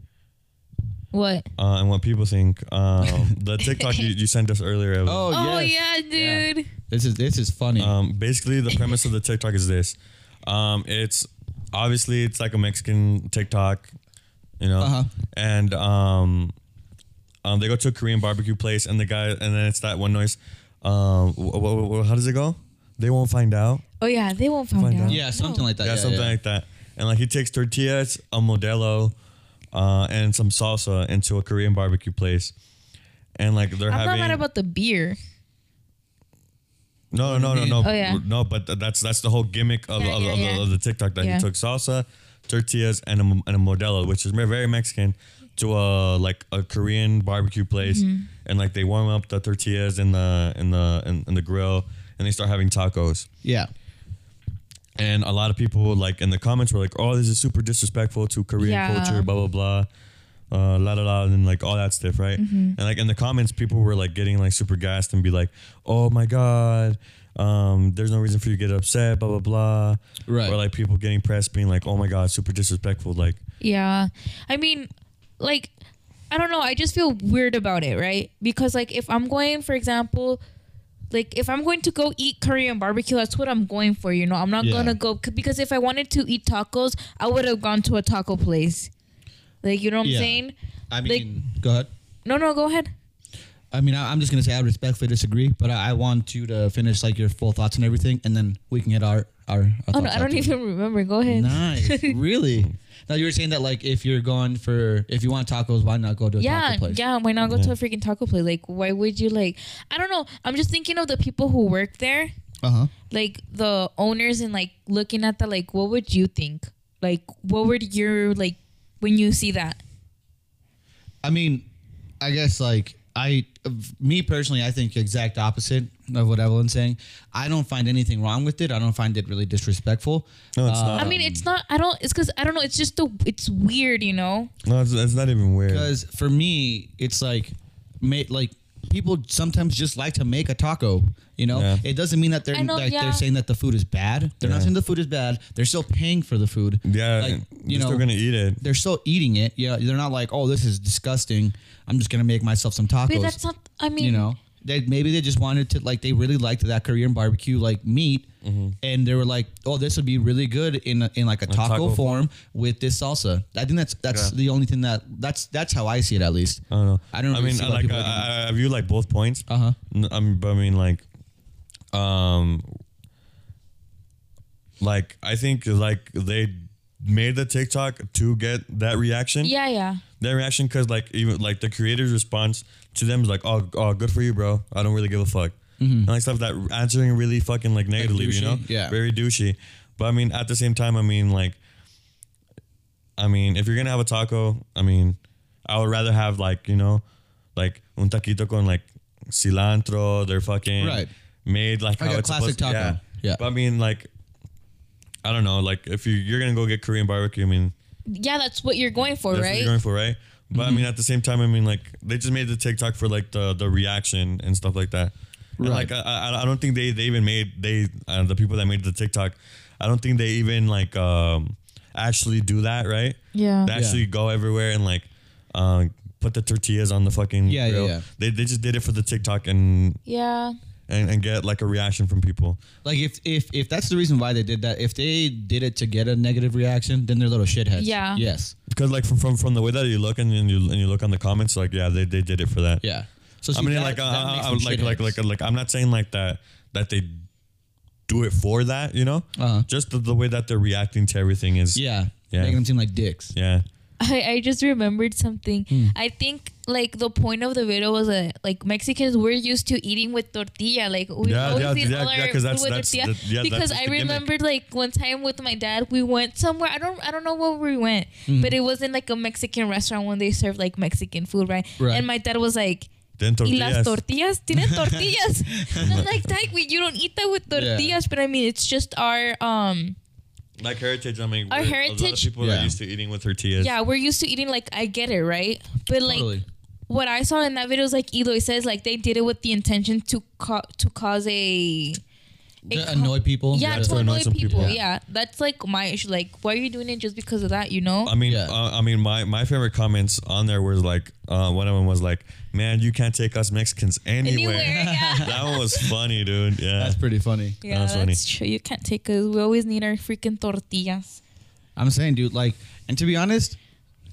S4: What?
S5: uh, and what people think. Um, the TikTok you, you sent us earlier. Evan.
S3: Oh,
S4: Oh,
S3: yes.
S4: yeah, dude.
S3: This is this is funny.
S5: Um, basically, the premise of the TikTok is this. Um, it's obviously it's like a Mexican TikTok, you know,
S3: Uh-huh.
S5: and um, um, they go to a Korean barbecue place, and the guy, and then it's that one noise. Um, wh- wh- wh- how does it go? They won't find out.
S4: Oh yeah, they won't find,
S5: Find
S4: out.
S5: out.
S3: yeah, something like that.
S5: yeah,
S3: Yeah,
S5: something
S3: yeah.
S5: like that. And like he takes tortillas, a modelo, uh, and some salsa into a Korean barbecue place, and like they're
S4: I'm not
S5: having
S4: mad about the beer.
S5: no, no, no, no, no,
S4: Oh, yeah.
S5: no. But th- that's that's the whole gimmick of,
S4: Yeah,
S5: of,
S4: yeah,
S5: of,
S4: yeah.
S5: of the TikTok that
S4: Yeah.
S5: he took salsa, tortillas, and a, and a modelo, which is mer- very Mexican, to a like a Korean barbecue place,
S4: Mm-hmm.
S5: and like they warm up the tortillas in the in the in, in the grill, and they start having tacos.
S3: Yeah.
S5: And a lot of people like in the comments were like, "Oh, this is super disrespectful to Korean
S4: Yeah.
S5: culture, blah blah blah, uh, la la la," and like all that stuff, right? And like in the comments, people were like getting like super gassed and be like, "Oh my god, um, there's no reason for you to get upset, blah blah blah,"
S3: Right.
S5: Or like people getting pressed, being like, "Oh my god, super disrespectful," like
S4: Yeah. I mean, like, I don't know. I just feel weird about it, right? Because, like, if I'm going, for example, like, if I'm going to go eat Korean barbecue, that's what I'm going for, you know? I'm not
S3: Yeah.
S4: going to go, c- because if I wanted to eat tacos, I would have gone to a taco place. Like, you know what
S3: Yeah.
S4: I'm saying?
S3: I
S4: Like-
S3: mean, go ahead.
S4: No, no, go ahead.
S3: I mean, I, I'm just gonna say I respectfully disagree, but I, I want you to finish like your full thoughts and everything, and then we can get our our. our
S4: Oh, no,
S3: thoughts
S4: I don't
S3: after.
S4: even remember. Go ahead.
S3: Nice, really. Now you were saying that like if you're going for if you want tacos, why not go to a
S4: yeah,
S3: taco place?
S4: yeah. Why not go to a freaking taco place? Like, why would you like? I don't know. I'm just thinking of the people who work there.
S3: Uh huh.
S4: like the owners and like looking at that like what would you think like what would your like when you see that
S3: I mean, I guess like I, me personally, I think exact opposite of what Evelyn's saying. I don't find anything wrong with it. I don't find it really disrespectful. Uh,
S5: no, it's not.
S4: i mean it's not i don't it's because i don't know it's just the it's weird you know
S5: no, it's, it's not even weird.
S3: Because for me, it's like, mate, like people sometimes just like to make a taco. You know,
S5: Yeah.
S3: it doesn't mean that they're
S4: I know,
S3: like
S4: yeah.
S3: they're saying that the food is bad. They're not
S5: Yeah.
S3: saying the food is bad. They're still paying for the food.
S5: Yeah,
S3: like, you
S5: you are
S3: know,
S5: still gonna eat it.
S3: they're still eating it. Yeah, they're not like, oh, this is disgusting. I'm just gonna make myself some tacos.
S4: but that's not i mean
S3: you know they maybe they just wanted to like they really liked that Korean barbecue like meat and they were like oh this would be really good in a, in like a taco,
S5: Mm-hmm. taco
S3: form with this salsa I think that's that's
S5: Yeah.
S3: the only thing that that's that's how I see it at least
S5: I don't know.
S3: I don't
S5: I
S3: really
S5: mean,
S3: see
S5: I
S3: why
S5: like
S3: people would-
S5: I, I, I view like both points.
S3: Uh-huh.
S5: N- I mean, but I mean, like, um, like I think like they made the TikTok to get that reaction.
S4: yeah yeah
S5: That reaction, cause like even like the creator's response to them is like, oh, oh, good for you, bro. I don't really give a fuck. And like stuff that answering really fucking like negatively, you
S3: Mm-hmm. douchey,
S5: know?
S3: yeah.
S5: Very douchey. But I mean, at the same time, I mean, like, I mean, if you're gonna have a taco, I mean, I would rather have like you know, like un taquito con like cilantro. They're fucking
S3: Right.
S5: made like,
S3: Like
S5: how
S3: a
S5: it's
S3: classic
S5: supposed to-
S3: taco. Yeah.
S5: But I mean, like, I don't know. Like, if you you're gonna go get Korean barbecue, I mean,
S4: yeah that's what you're going for
S5: that's what
S4: right
S5: you're going for, right?
S3: Mm-hmm.
S5: But I mean, at the same time, I mean, like, they just made the TikTok for like the the reaction and stuff like that. And, Like I, I, I don't think they, they even made they uh, the people that made the TikTok, I don't think they even like um actually do that right.
S4: Yeah.
S5: They actually go everywhere and like uh, put the tortillas on the fucking
S3: Yeah, yeah,
S5: grill.
S3: yeah.
S5: They they just did it for the TikTok and
S4: Yeah.
S5: and, and get like a reaction from people.
S3: Like if if if that's the reason why they did that, if they did it to get a negative reaction, then they're little shitheads.
S4: Yeah.
S3: Yes.
S5: Because like from, from from the way that you look and, and you and you look on the comments, like yeah, they, they did it for that.
S3: Yeah. So
S5: I
S3: see,
S5: mean,
S3: that-
S5: like, uh,
S3: that
S5: uh,
S3: makes
S5: uh,
S3: them
S5: like, like,
S3: shitheads.
S5: like, like, I'm not saying like that that they do it for that, you know.
S3: Uh-huh.
S5: Just the, the way that they're reacting to everything is
S3: yeah,
S5: Yeah.
S3: making them seem like dicks.
S5: yeah.
S4: I, I just remembered something.
S5: Hmm.
S4: I think like the point of the video was that like Mexicans we're used to eating with tortilla. Like we
S5: Yeah,
S4: always
S5: yeah,
S4: eat
S5: yeah,
S4: all our
S5: yeah, 'cause
S4: food
S5: that's-
S4: with
S5: that's
S4: tortilla.
S5: the- yeah, that's
S4: because
S5: just
S4: I
S5: the gimmick.
S4: remembered like one time with my dad we went somewhere. I don't I don't know where we went,
S5: Hmm.
S4: but it was in like a Mexican restaurant when they serve like Mexican food, right?
S3: Right.
S4: And my dad was like
S5: Then
S4: y las
S5: tortillas.
S4: tortillas tienen tortillas. and I'm like, Dad, we, you don't eat that with tortillas, but I mean, it's just our um,
S5: like heritage. I mean,
S4: Our
S5: we're- A lot of
S4: heritage-
S5: people
S3: Yeah.
S5: are used to eating with tortillas.
S4: yeah, we're used to eating like I get it, right? But like
S3: Totally.
S4: what I saw in that video is like Eloy says, like they did it with the intention to ca- to cause a
S3: To
S4: co-
S3: annoy people.
S4: yeah,
S5: to
S4: to
S5: annoy
S4: annoy
S5: some
S4: people.
S5: people.
S4: Yeah. that's like my issue. Like, why are you doing it just because of that? You know?
S5: I mean,
S3: Yeah.
S5: uh, I mean, my, my favorite comments on there was like, uh, one of them was like, "Man, you can't take us Mexicans anywhere."
S4: Anywhere, yeah.
S5: that one was funny, dude. Yeah,
S3: That's pretty funny.
S4: Yeah,
S5: That's
S4: that's,
S5: funny.
S4: true. You can't take us. We always need our freaking tortillas.
S3: I'm saying, dude, like, and to be honest,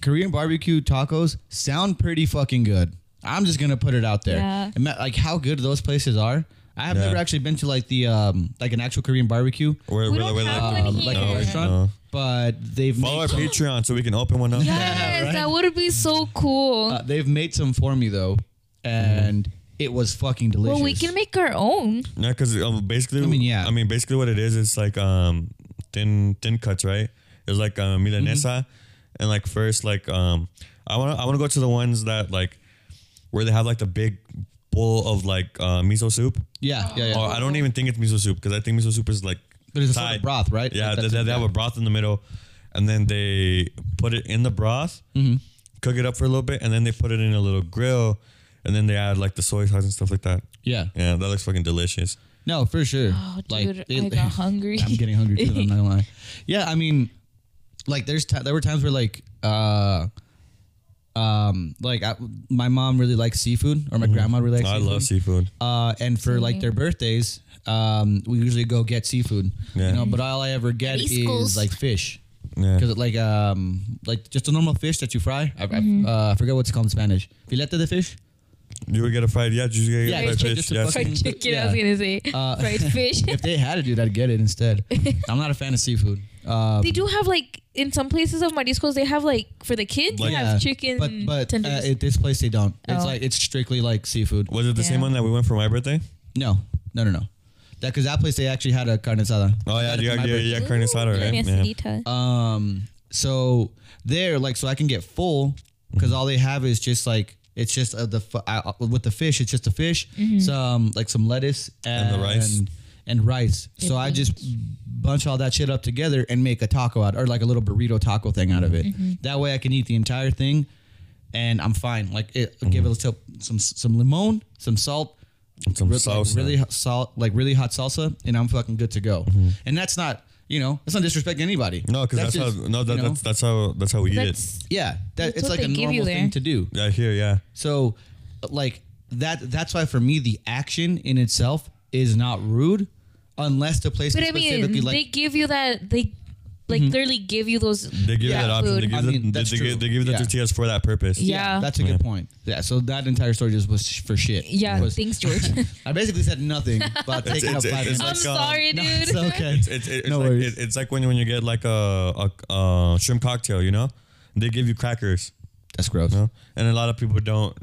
S3: Korean barbecue tacos sound pretty fucking good. I'm just gonna put it out there.
S4: Yeah.
S3: Ima- like how good those places are. I have
S5: Yeah.
S3: never actually been to like the um like an actual Korean barbecue,
S5: We're-
S4: We
S5: we're-
S4: don't
S5: we're
S4: have
S5: like,
S4: one
S3: um,
S4: here.
S3: like a
S4: No,
S3: restaurant,
S5: no.
S3: but they've
S5: follow our
S3: made some,
S5: Patreon so we can open one up.
S4: Yes, that would be so cool.
S3: uh, they've made some for me though, and it was fucking delicious.
S4: well, we can make our own.
S5: Yeah, because uh, basically,
S3: I mean, yeah.
S5: I mean, basically, what it is, it's like um thin thin cuts, right? It's like uh, milanesa,
S3: Mm-hmm.
S5: and like first, like um, I want to I want to go to the ones that like where they have like the big bowl of like uh, miso soup.
S3: yeah, yeah, yeah.
S5: Or I don't even think it's miso soup because I think miso soup is like
S3: But it's a sort of
S5: Thai.
S3: broth, right?
S5: Yeah,
S3: Like
S5: they,
S3: that's
S5: they,
S3: it,
S5: they have
S3: yeah.
S5: a broth in the middle, and then they put it in the broth,
S3: Mm-hmm.
S5: cook it up for a little bit, and then they put it in a little grill, and then they add like the soy sauce and stuff like that.
S3: yeah,
S5: Yeah, that looks fucking delicious.
S3: no, for sure.
S4: Oh, dude, I got hungry.
S3: I'm getting hungry too. I'm not gonna lie. Yeah, I mean, like there's ti there were times where like uh um like I, my mom really likes seafood or my
S4: Mm-hmm.
S3: grandma really likes
S5: I
S3: seafood.
S5: love seafood.
S3: Uh, and for like their birthdays, um, we usually go get seafood.
S5: Yeah.
S3: You know, but all I ever get
S4: Mariscos.
S3: is like fish.
S5: Yeah.
S3: Because like um like just a normal fish that you fry. I,
S4: Mm-hmm.
S3: I, uh, I forget what it's called in Spanish. Filete de fish.
S5: You would get a fried, yeah, you would get
S3: Yeah,
S5: a fried
S3: just-
S5: fish.
S3: just a
S5: Yeah.
S3: fucking-
S4: fried chicken. I
S3: Yeah.
S4: was gonna say
S3: Uh,
S4: fried fish.
S3: if they had it, dude, I'd get it instead. I'm not a fan of seafood. Um,
S4: they do have like in some places of mariscos, they have like for the kids,
S5: Like-
S4: they have chicken
S3: but but uh,
S4: tenders.
S3: at this place they don't. It's
S4: Oh.
S3: like it's strictly like seafood.
S5: Was it the same
S4: Yeah.
S5: one that we went for my birthday?
S3: No, no, no, no. That because that place they actually had a carne asada.
S5: Oh yeah,
S3: Had it
S5: yeah,
S3: for my
S5: yeah,
S3: birthday.
S5: yeah, carne asada, right? Yeah.
S4: Carnecita.
S3: Um, so there, like, so I can get full because all they have is just like it's just uh, the f- I, I- with the fish. It's just a fish, some like some lettuce and,
S5: And the rice.
S3: and rice. So I just bunch all that shit up together and make a taco out or like a little burrito taco thing out of it. That way I can eat the entire thing and I'm fine. Like it,
S5: Mm-hmm.
S3: give it a little, some some limon, some salt,
S5: Some
S3: re-
S5: salsa.
S3: like really hot salt, like really hot salsa, and I'm fucking good to go.
S5: Mm-hmm.
S3: And that's not, you know, that's not disrespecting anybody.
S5: No, because that's,
S3: just,
S5: how no, that,
S3: you know,
S5: that's that's how that's how we eat
S4: That's
S3: yeah,
S4: that's
S3: that it's
S4: what
S3: like a
S4: they give you
S3: normal
S4: there.
S3: thing to do.
S5: it. Yeah, here, yeah.
S3: So, like that that's why for me the action in itself is not rude, unless the place
S4: but
S3: is
S4: I mean,
S3: specifically like Mm-hmm.
S4: they give you that they like literally give you those.
S5: They give
S4: that
S5: you that option. They
S4: food.
S5: give,
S3: I
S5: the,
S3: mean,
S5: they,
S3: that's
S5: they
S3: true.
S5: give, they give the
S3: Yeah.
S5: tortillas for that purpose.
S4: Yeah.
S3: that's a
S5: Yeah.
S3: good point. Yeah, so that entire story just was sh- for shit.
S4: Yeah,
S3: It was-
S4: thanks, George.
S3: I basically said nothing about taking
S5: it's-
S3: up five
S5: it's
S3: minutes.
S4: I'm
S5: like, um,
S4: sorry,
S3: No,
S4: dude.
S3: it's okay.
S5: It's it's, it's
S3: No
S5: like
S3: worries.
S5: it, it's like when when you get like a, a, a shrimp cocktail, you know, they give you crackers,
S3: That's gross.
S5: you know, and a lot of people don't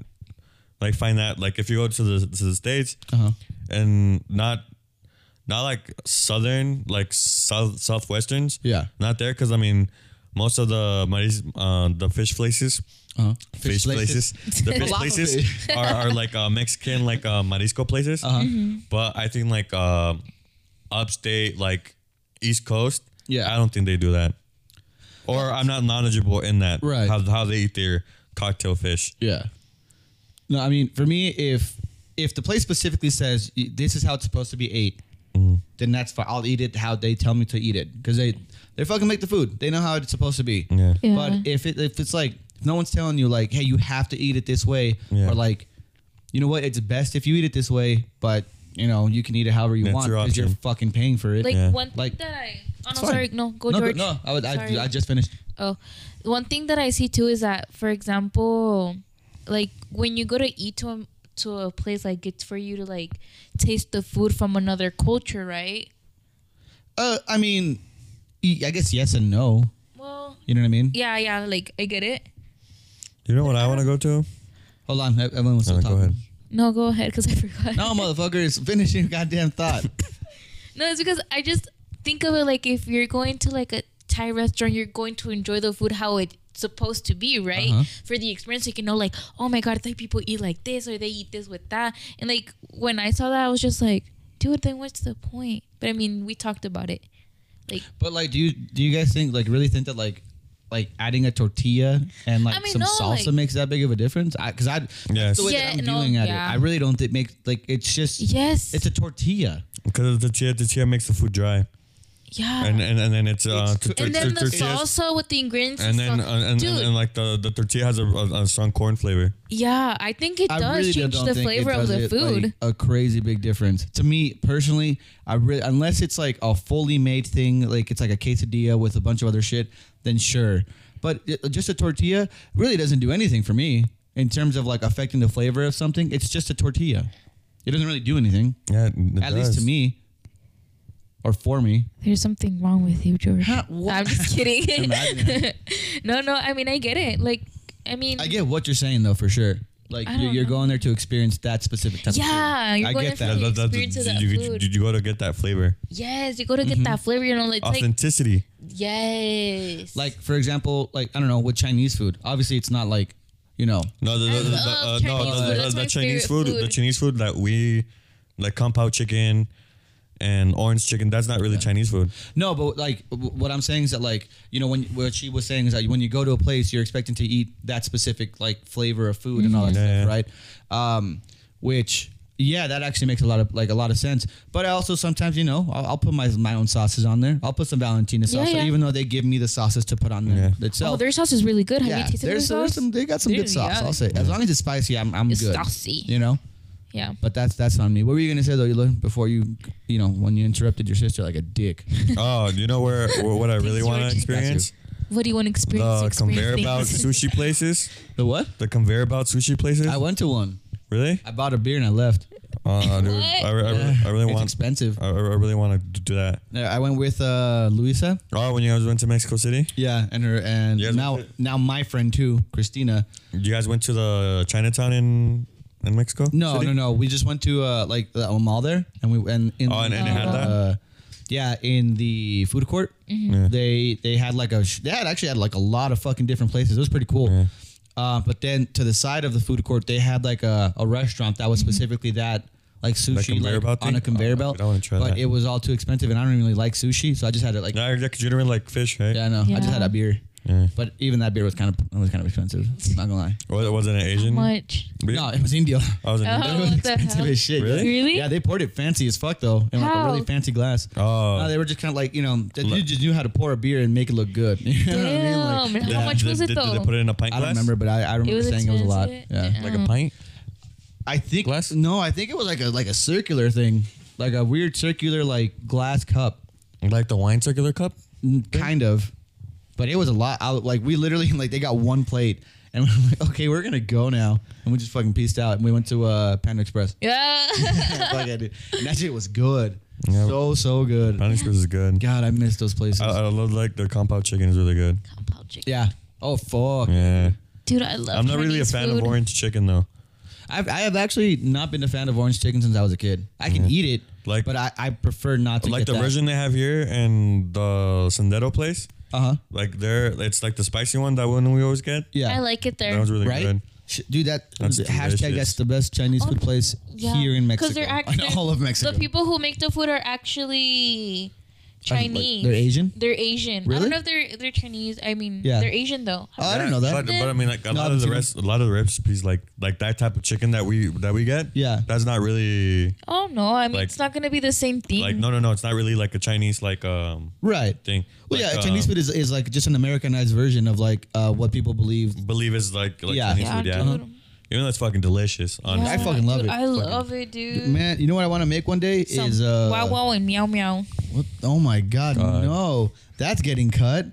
S5: like find that like if you go to the to the states
S3: Uh-huh.
S5: and not not like southern like south southwesterns,
S3: Yeah.
S5: not there because I mean most of the maris, uh, the fish places
S3: Uh-huh.
S5: fish, places. The fish
S3: Falafel
S5: places are, are like uh, Mexican, like uh, marisco places.
S3: Uh-huh. Mm-hmm.
S5: But I think like um upstate, like East Coast.
S3: Yeah.
S5: I don't think they do that, or I'm not knowledgeable in that.
S3: Right.
S5: How, how they eat their cocktail fish.
S3: Yeah. No, I mean, for me, if if the place specifically says "Y- this is how it's supposed to be ate,
S5: Mm-hmm.
S3: then that's fine. I'll eat it how they tell me to eat it because they they fucking make the food. They know how it's supposed to be.
S5: Yeah.
S4: Yeah.
S3: But if it if it's like if no one's telling you like, hey, you have to eat it this way,
S5: Yeah.
S3: or like, you know what, it's best if you eat it this way, but you know you can eat it however you
S5: That's
S3: want
S5: your
S3: because you're
S5: option.
S3: fucking paying for it.
S4: Like
S5: Yeah.
S4: one thing
S3: Like-
S4: that I. Oh no,
S3: fine.
S4: sorry, no, go
S3: no,
S4: George.
S3: no, I, would,
S4: Sorry.
S3: I, I just finished.
S4: Oh, one thing that I see too is that, for example, like when you go to eat to a, to a place, like it's for you to like taste the food from another culture, right?
S3: Uh, I mean, y- I guess yes and no.
S4: Well,
S3: You know what I mean?
S4: yeah, yeah, like I get it.
S5: You know what I want to go to?
S3: Hold on, e-, Evelyn was still
S5: Uh, go
S3: talking.
S5: ahead.
S4: No, go ahead, cause I forgot.
S3: No, motherfuckers, finish your goddamn thought.
S4: No, it's because I just think of it like if you're going to like a Thai restaurant, you're going to enjoy the food how it's supposed to be, right?
S3: Uh-huh.
S4: For the experience, you can know like, oh my god, Thai people eat like this or they eat this with that. And like when I saw that, I was just like, dude, then what's the point? But I mean, we talked about it. Like,
S3: But like, do you do you guys think like really think that like like adding a tortilla and like
S4: I mean,
S3: some
S4: no,
S3: salsa
S4: like-
S3: makes that big of a difference? I Because I,
S5: Yes.
S3: that's the way
S4: Yeah,
S3: that I'm
S4: no,
S3: viewing at
S4: yeah.
S3: it. I really don't think make like it's just
S4: yes,
S3: it's a tortilla.
S5: Because the tortilla, the tortilla makes the food dry,
S4: yeah.
S5: and and, and then it's uh,
S3: It's
S5: t-
S3: cooked-
S5: t-
S4: And
S5: t-
S4: then the
S5: tortillas.
S4: salsa with the ingredients,
S5: and then
S4: stuff.
S5: uh, and,
S4: dude,
S5: and, and like the, the tortilla has a, a, a strong corn flavor.
S4: yeah, I think it
S3: I
S4: does
S3: really
S4: change
S3: don't
S4: the
S3: think it
S4: flavor of
S3: does
S4: the
S3: it,
S4: food.
S3: like, a crazy big difference to me personally. I really unless it's like a fully made thing, like it's like a quesadilla with a bunch of other shit, then sure. But it- just a tortilla really doesn't do anything for me in terms of like affecting the flavor of something. It's just a tortilla. It doesn't really do anything,
S5: Yeah, it
S3: at least to
S5: does.
S3: me, or for me.
S4: There's something wrong with you, George.
S3: Huh, what?
S4: I'm just kidding.
S3: Imagine that.
S4: no, no. I mean, I get it. Like, I mean,
S3: I get what you're saying though, for sure. Like
S4: I
S3: you're,
S4: don't
S3: you're
S4: know.
S3: going there to experience that specific type. of
S4: Yeah,
S3: food.
S4: you're
S3: I
S4: going
S3: get
S4: there
S3: that.
S4: for the
S5: That- that-
S4: experience of
S5: that-
S4: that
S5: you, you,
S4: food.
S5: you Mm-hmm. go to get that flavor,
S4: yes, you go to get that flavor. You know, it's like
S5: authenticity.
S4: yes.
S3: like for example like i don't know with chinese food obviously it's not like you know
S5: No, the,
S4: I
S5: the, the, uh,
S4: love Chinese
S5: no, the,
S4: food.
S5: the,
S4: That's
S5: the
S4: my
S5: Chinese food,
S4: favorite
S5: the
S4: food.
S5: Chinese food that we like, kung pao chicken and orange chicken. That's not really Chinese food.
S3: no but like w- what i'm saying is that like you know when what she was saying is that when you go to a place you're expecting to eat that specific like flavor of food and all that
S5: Mm-hmm. Yeah,
S3: stuff right um which yeah that actually makes a lot of like a lot of sense but i also sometimes you know i'll, I'll put my my own sauces on there i'll put some valentina
S4: Yeah,
S3: sauce
S4: yeah.
S3: even though they give me the sauces to put on there
S5: Yeah.
S3: itself
S4: oh, their sauce is really good. Have
S3: yeah,
S4: you tasted their
S3: there's,
S4: sauce?
S3: there's some. They got some
S4: Dude,
S3: good sauce.
S4: yeah.
S3: I'll say, as long as it's spicy, I'm, I'm
S4: It's
S3: good.
S4: saucy.
S3: you know.
S4: yeah.
S3: But that's that's on me. What were you gonna say though, Eloy, before you you know when you interrupted your sister like a dick?
S5: oh, you know where, where what I really
S4: Please,
S5: want
S4: George.
S5: to experience?
S4: What do you want to experience?
S5: The
S4: Experience
S5: conveyor belt
S4: things.
S5: sushi places.
S3: The what?
S5: The conveyor belt sushi places.
S3: I went to one.
S5: really?
S3: I bought a beer and I left.
S5: Uh, dude, I, re- I, re- I really
S3: it's
S5: want.
S3: expensive.
S5: I, I I really want to do that.
S3: No, I went with uh, Luisa.
S5: Oh, when you guys went to Mexico City,
S3: Yeah, and her and
S5: You guys
S3: now
S5: went
S3: now my friend too, Christina.
S5: you guys went to the Chinatown in in Mexico.
S3: No,
S5: City?
S3: no, no. We just went to uh, like the a mall there, and we and in
S5: Oh, and- and
S4: it had that?
S3: uh, yeah, in the food court,
S5: Yeah.
S3: they they had like a sh- they had actually had like a lot of fucking different places. It was pretty cool.
S5: Yeah.
S3: Uh, but then to the side of the food court, they had like a, a restaurant that was specifically that like sushi
S5: conveyor
S3: like,
S5: belt
S3: on a
S5: thing?
S3: conveyor
S5: Oh,
S3: belt.
S5: I wanna try
S3: but it
S5: that.
S3: was all too expensive, and I don't even really like sushi, so I just had it like
S5: Yeah, yeah, 'cause you don't really like fish, right?
S3: yeah, I know. I just
S4: Yeah.
S3: had a beer.
S5: Yeah.
S3: But even that beer was kind of was kind of expensive. Not gonna lie.
S5: Was, was it an
S4: How
S5: Asian?
S4: much?
S5: beer?
S3: No, it was India.
S5: I was in
S4: Oh,
S5: India.
S4: what the
S3: expensive
S4: hell?
S3: as shit.
S5: Really?
S4: Really?
S3: Yeah, they poured it fancy as fuck though, in like a
S4: How?
S3: really fancy glass.
S5: Oh,
S3: No, they were just kind of like you know, that you just knew how to pour a beer and make it look good. You know what I mean?
S4: Damn. How
S3: Like,
S5: Did-
S4: much
S5: did-
S4: was it
S5: did, Did
S4: though?
S5: they put it in a pint
S3: I don't
S5: glass?
S3: remember, but I, I remember
S4: was
S3: saying it was a lot.
S4: expensive?
S3: Yeah,
S4: Yeah. Like a
S5: pint.
S3: I think
S5: Glass?
S3: No, I think it was like a like a circular thing, like a weird circular like glass cup,
S5: Like the wine circular cup.
S3: N- kind of. But it was a lot. I, like we literally like they got one plate, and we we're like, okay, we're gonna go now, and we just fucking peaced out, and we went to uh, Panda Express.
S4: yeah.
S3: Fuck yeah, dude. And that shit was good.
S5: Yeah.
S3: So so good.
S5: Pine Express is good.
S3: God, I miss those places.
S5: I, I love like the compound chicken is really good.
S4: Compound chicken.
S3: yeah. Oh fuck.
S5: Yeah,
S4: Dude, I love.
S5: I'm not really a
S4: Chinese
S5: fan
S4: food.
S5: of orange chicken though.
S3: I've, I have actually not been a fan of orange chicken since I was a kid. I can eat it,
S5: Like-
S3: but I, I prefer not to.
S5: Like
S3: get
S5: the
S3: that.
S5: version they have here in the Sendero place.
S3: Uh huh.
S5: Like there, it's like the spicy one that one we always get.
S3: Yeah.
S4: I like it there.
S5: That was really
S3: right.
S5: good.
S3: Sh- Dude, that
S5: That's
S3: hashtag.
S5: delicious.
S3: That's the best Chinese food place here in Mexico.
S4: Because Oh, they're
S3: in
S4: actually
S3: all of Mexico.
S4: The people who make the food are actually Chinese.
S3: They're Asian?
S4: They're Asian. I
S3: Really?
S4: don't know if they're they're Chinese. I mean,
S3: Yeah.
S4: they're Asian though.
S3: Oh, I didn't know that.
S5: But, but I mean, like a
S3: No,
S5: lot of the
S3: I'm-
S5: rest, a lot of the recipes, like like that type of chicken that we that we get.
S3: Yeah.
S5: that's not really
S4: Oh no, I mean
S5: Like-
S4: it's not gonna be the same thing.
S5: like no no no. It's not really like a Chinese like um
S3: Right.
S5: thing.
S3: Well,
S5: Like,
S3: yeah, Chinese
S5: um,
S3: food is, is like just an Americanized version of like uh, what people believe.
S5: believe is like like
S3: Yeah.
S5: Chinese
S4: yeah,
S5: food. Yeah,
S4: dude.
S5: even though it's fucking delicious. Honestly,
S3: I fucking love
S4: dude,
S3: it.
S4: I
S3: Fucking-
S4: love it, dude.
S3: Man, you know what I want to make one day
S4: Some
S3: is uh,
S4: wow wow and meow meow.
S3: What? Oh my God, no, that's getting cut.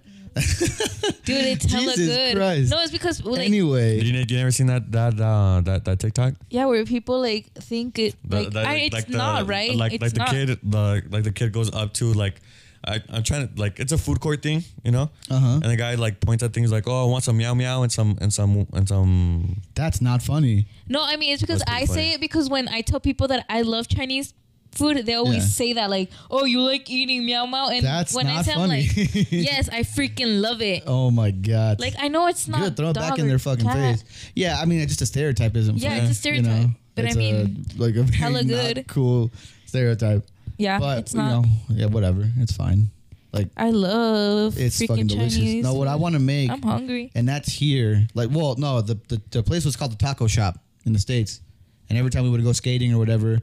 S4: Dude, it's hella
S3: Jesus
S4: good.
S3: Christ.
S4: No, it's because well, like
S3: anyway,
S5: Did you, you never seen that that uh, that that TikTok?
S4: yeah, where people like think it
S5: The-
S4: like,
S5: that-
S4: I, it's
S5: the-
S4: not right.
S5: Like
S4: it's
S5: like the
S4: not.
S5: kid, the like the kid goes up to like, I, I'm trying to like it's a food court thing, you know.
S3: Uh-huh.
S5: And the guy like points at things like, oh, I want some meow meow and some and some and some.
S3: that's not funny.
S4: No, I mean it's because
S5: That's
S4: I
S5: pretty funny.
S4: say it because when I tell people that I love Chinese food, they always
S3: Yeah.
S4: say that like, "Oh, you like eating meow meow," and
S3: That's
S4: when I
S3: not
S4: tell
S3: funny.
S4: them like, "Yes, I freaking love it,"
S3: Oh my God,
S4: like I know it's not
S3: good. Throw it back
S4: dog
S3: in
S4: or
S3: their fucking
S4: cat.
S3: face. Yeah, I mean, it's just a stereotype, isn't it?
S4: Yeah, it's a stereotype, but I
S3: It's a-
S4: mean,
S3: like a very
S4: hella
S3: not
S4: good.
S3: cool stereotype.
S4: Yeah,
S3: but
S4: it's not.
S3: you know, yeah, whatever, it's fine. Like
S4: I love
S3: it's
S4: freaking
S3: fucking delicious.
S4: Chinese.
S3: No, what I
S4: food.
S3: want to make
S4: I'm hungry.
S3: and that's here. Like, well, no, the, the the place was called the Taco Shop in the states, and every time we would go skating or whatever,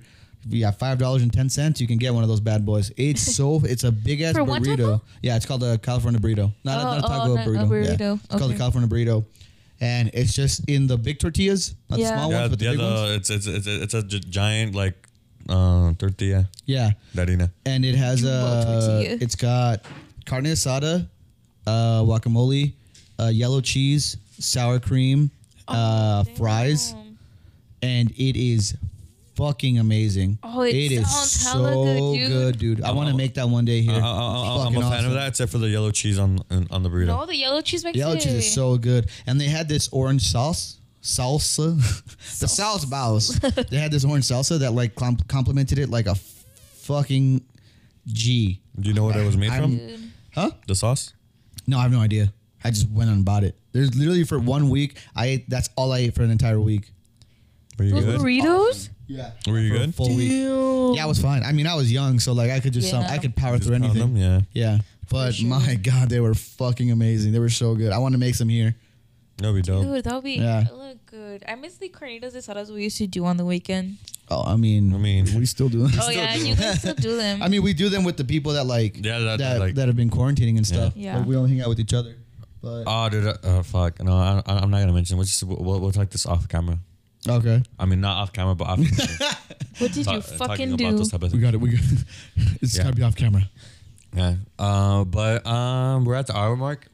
S3: we got five dollars and ten cents. You can get one of those bad boys. It's so it's a big ass
S4: For one
S3: burrito.
S4: taco?
S3: Yeah, it's called a California burrito,
S4: Oh,
S3: not, a, not a
S4: oh,
S3: taco
S4: not a
S3: burrito. Yeah.
S4: burrito.
S3: It's called a
S4: Okay.
S3: California burrito, and it's just in the big tortillas, not
S4: Yeah.
S3: the small
S5: Yeah,
S3: ones, but the
S5: yeah,
S3: big ones.
S5: the, it's, it's it's it's a gi- giant like uh, tortilla,
S3: Yeah,
S5: Darina.
S3: and it has
S4: Jumbo
S3: uh,
S4: tortilla.
S3: it's got carne asada, uh, guacamole, uh, yellow cheese, sour cream, uh, fries.
S4: Oh, Damn.
S3: and it is fucking amazing.
S4: Oh, it sounds hella good, dude.
S3: dude. I
S5: Oh.
S3: want to make that one day here.
S5: I, I, I, am
S3: Fucking
S5: uh, a fan
S3: awesome.
S5: of that, except for the yellow cheese on on, on the burrito.
S4: No, the yellow cheese makes
S3: Yellow
S4: it.
S3: cheese is so good, and they had this orange sauce. Salsa, the sauce bows. they had this orange salsa that like com- complemented it like a f- fucking G.
S5: Do you know what it was made
S3: I'm-
S5: from?
S3: Huh?
S5: The sauce.
S3: No, I have no idea. I just went and bought it. There's literally for one week. I ate. That's all I ate for an entire week.
S5: Were you
S4: Those
S5: good?
S4: burritos.
S3: Yeah.
S5: Were you
S3: For a
S5: good?
S3: full week.
S4: Ew.
S3: Yeah, I was fine. I mean, I was young, so like I could just some,
S4: Yeah.
S3: I could power
S5: Just
S3: through
S5: pound
S3: anything.
S5: them? Yeah.
S3: Yeah, but
S4: sure.
S3: my god, they were fucking amazing. They were so good. I want to make some here.
S5: No, we don't.
S4: Dude, that would be
S3: Yeah.
S4: look good. I miss the carnitas asadas we used to do on the weekend.
S3: Oh, I mean,
S5: I mean-
S3: we still do them.
S4: Oh yeah, you can still do them.
S3: I mean, we do them with the people that like
S5: Yeah,
S3: that
S5: that-
S3: that,
S5: like-
S3: have been quarantining and stuff.
S4: Yeah.
S3: Like, we don't hang out with each other. But
S5: Oh, dude. uh, Oh, fuck. No, I, I- I'm not gonna mention. We'll just we'll, we'll talk this off camera.
S3: okay,
S5: I mean, not off camera, but off.
S4: what did you fucking do?
S5: type of
S3: we got it. We got it's
S5: Yeah.
S3: gotta be off camera.
S5: Yeah. Uh, but um, we're at the hour mark.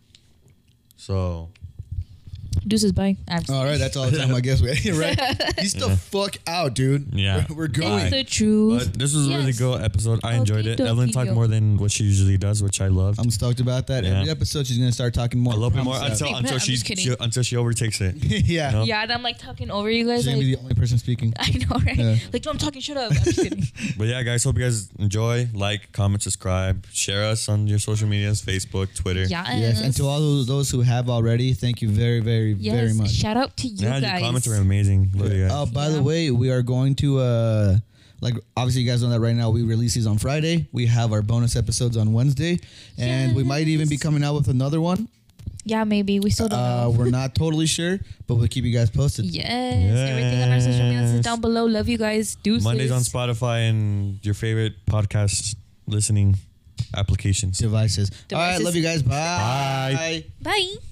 S5: So
S4: Deuces, bye. I'm
S3: All right, that's all the time I guess. We right. He's the fuck out, dude.
S5: Yeah.
S3: we're, we're
S4: It's
S3: going.
S4: the truth.
S3: uh,
S5: but this was a really
S4: Yes.
S5: good episode. I enjoyed it.
S4: Okie
S5: Evelyn talked
S4: dokie.
S5: more than what she usually does, which I love.
S3: I'm stoked about that.
S5: Yeah.
S3: Every episode, she's gonna start talking more.
S5: A little bit more
S3: Promise
S5: until
S4: that.
S5: until
S4: I'm
S5: she,
S4: just kidding.
S5: she- until she overtakes it.
S3: that. yeah,
S5: No.
S4: yeah, and I'm like talking over you guys.
S3: she's gonna be
S4: Like,
S3: the only person speaking.
S4: I know, right?
S3: Yeah.
S4: Like, no, I'm talking. Shut up. I'm just kidding.
S5: But yeah, guys, hope you guys enjoy. Like, comment, subscribe, share us on your social medias, Facebook, Twitter.
S4: yes.
S3: Yes, and to all those, those who have already, thank you very, very,
S4: Yes,
S3: very much.
S4: Shout out to you
S5: Yeah, your
S4: guys.
S5: comments are amazing. Love you guys.
S3: Uh, by
S4: Yeah.
S3: the way, we are going to uh, like obviously you guys know that right now we release these on Friday. We have our bonus episodes on Wednesday, and we might even be coming out with another one.
S4: yeah, maybe we still don't
S3: Uh,
S4: know.
S3: we're not totally sure, but we'll keep you guys posted.
S4: Yes, everything on our social medias is
S5: Yes.
S4: down below. Love you guys. Deuces.
S5: Mondays on Spotify and your favorite podcast listening applications.
S3: Devices. All right,
S4: Devices.
S3: love you guys. Bye.
S5: Bye.
S4: Bye.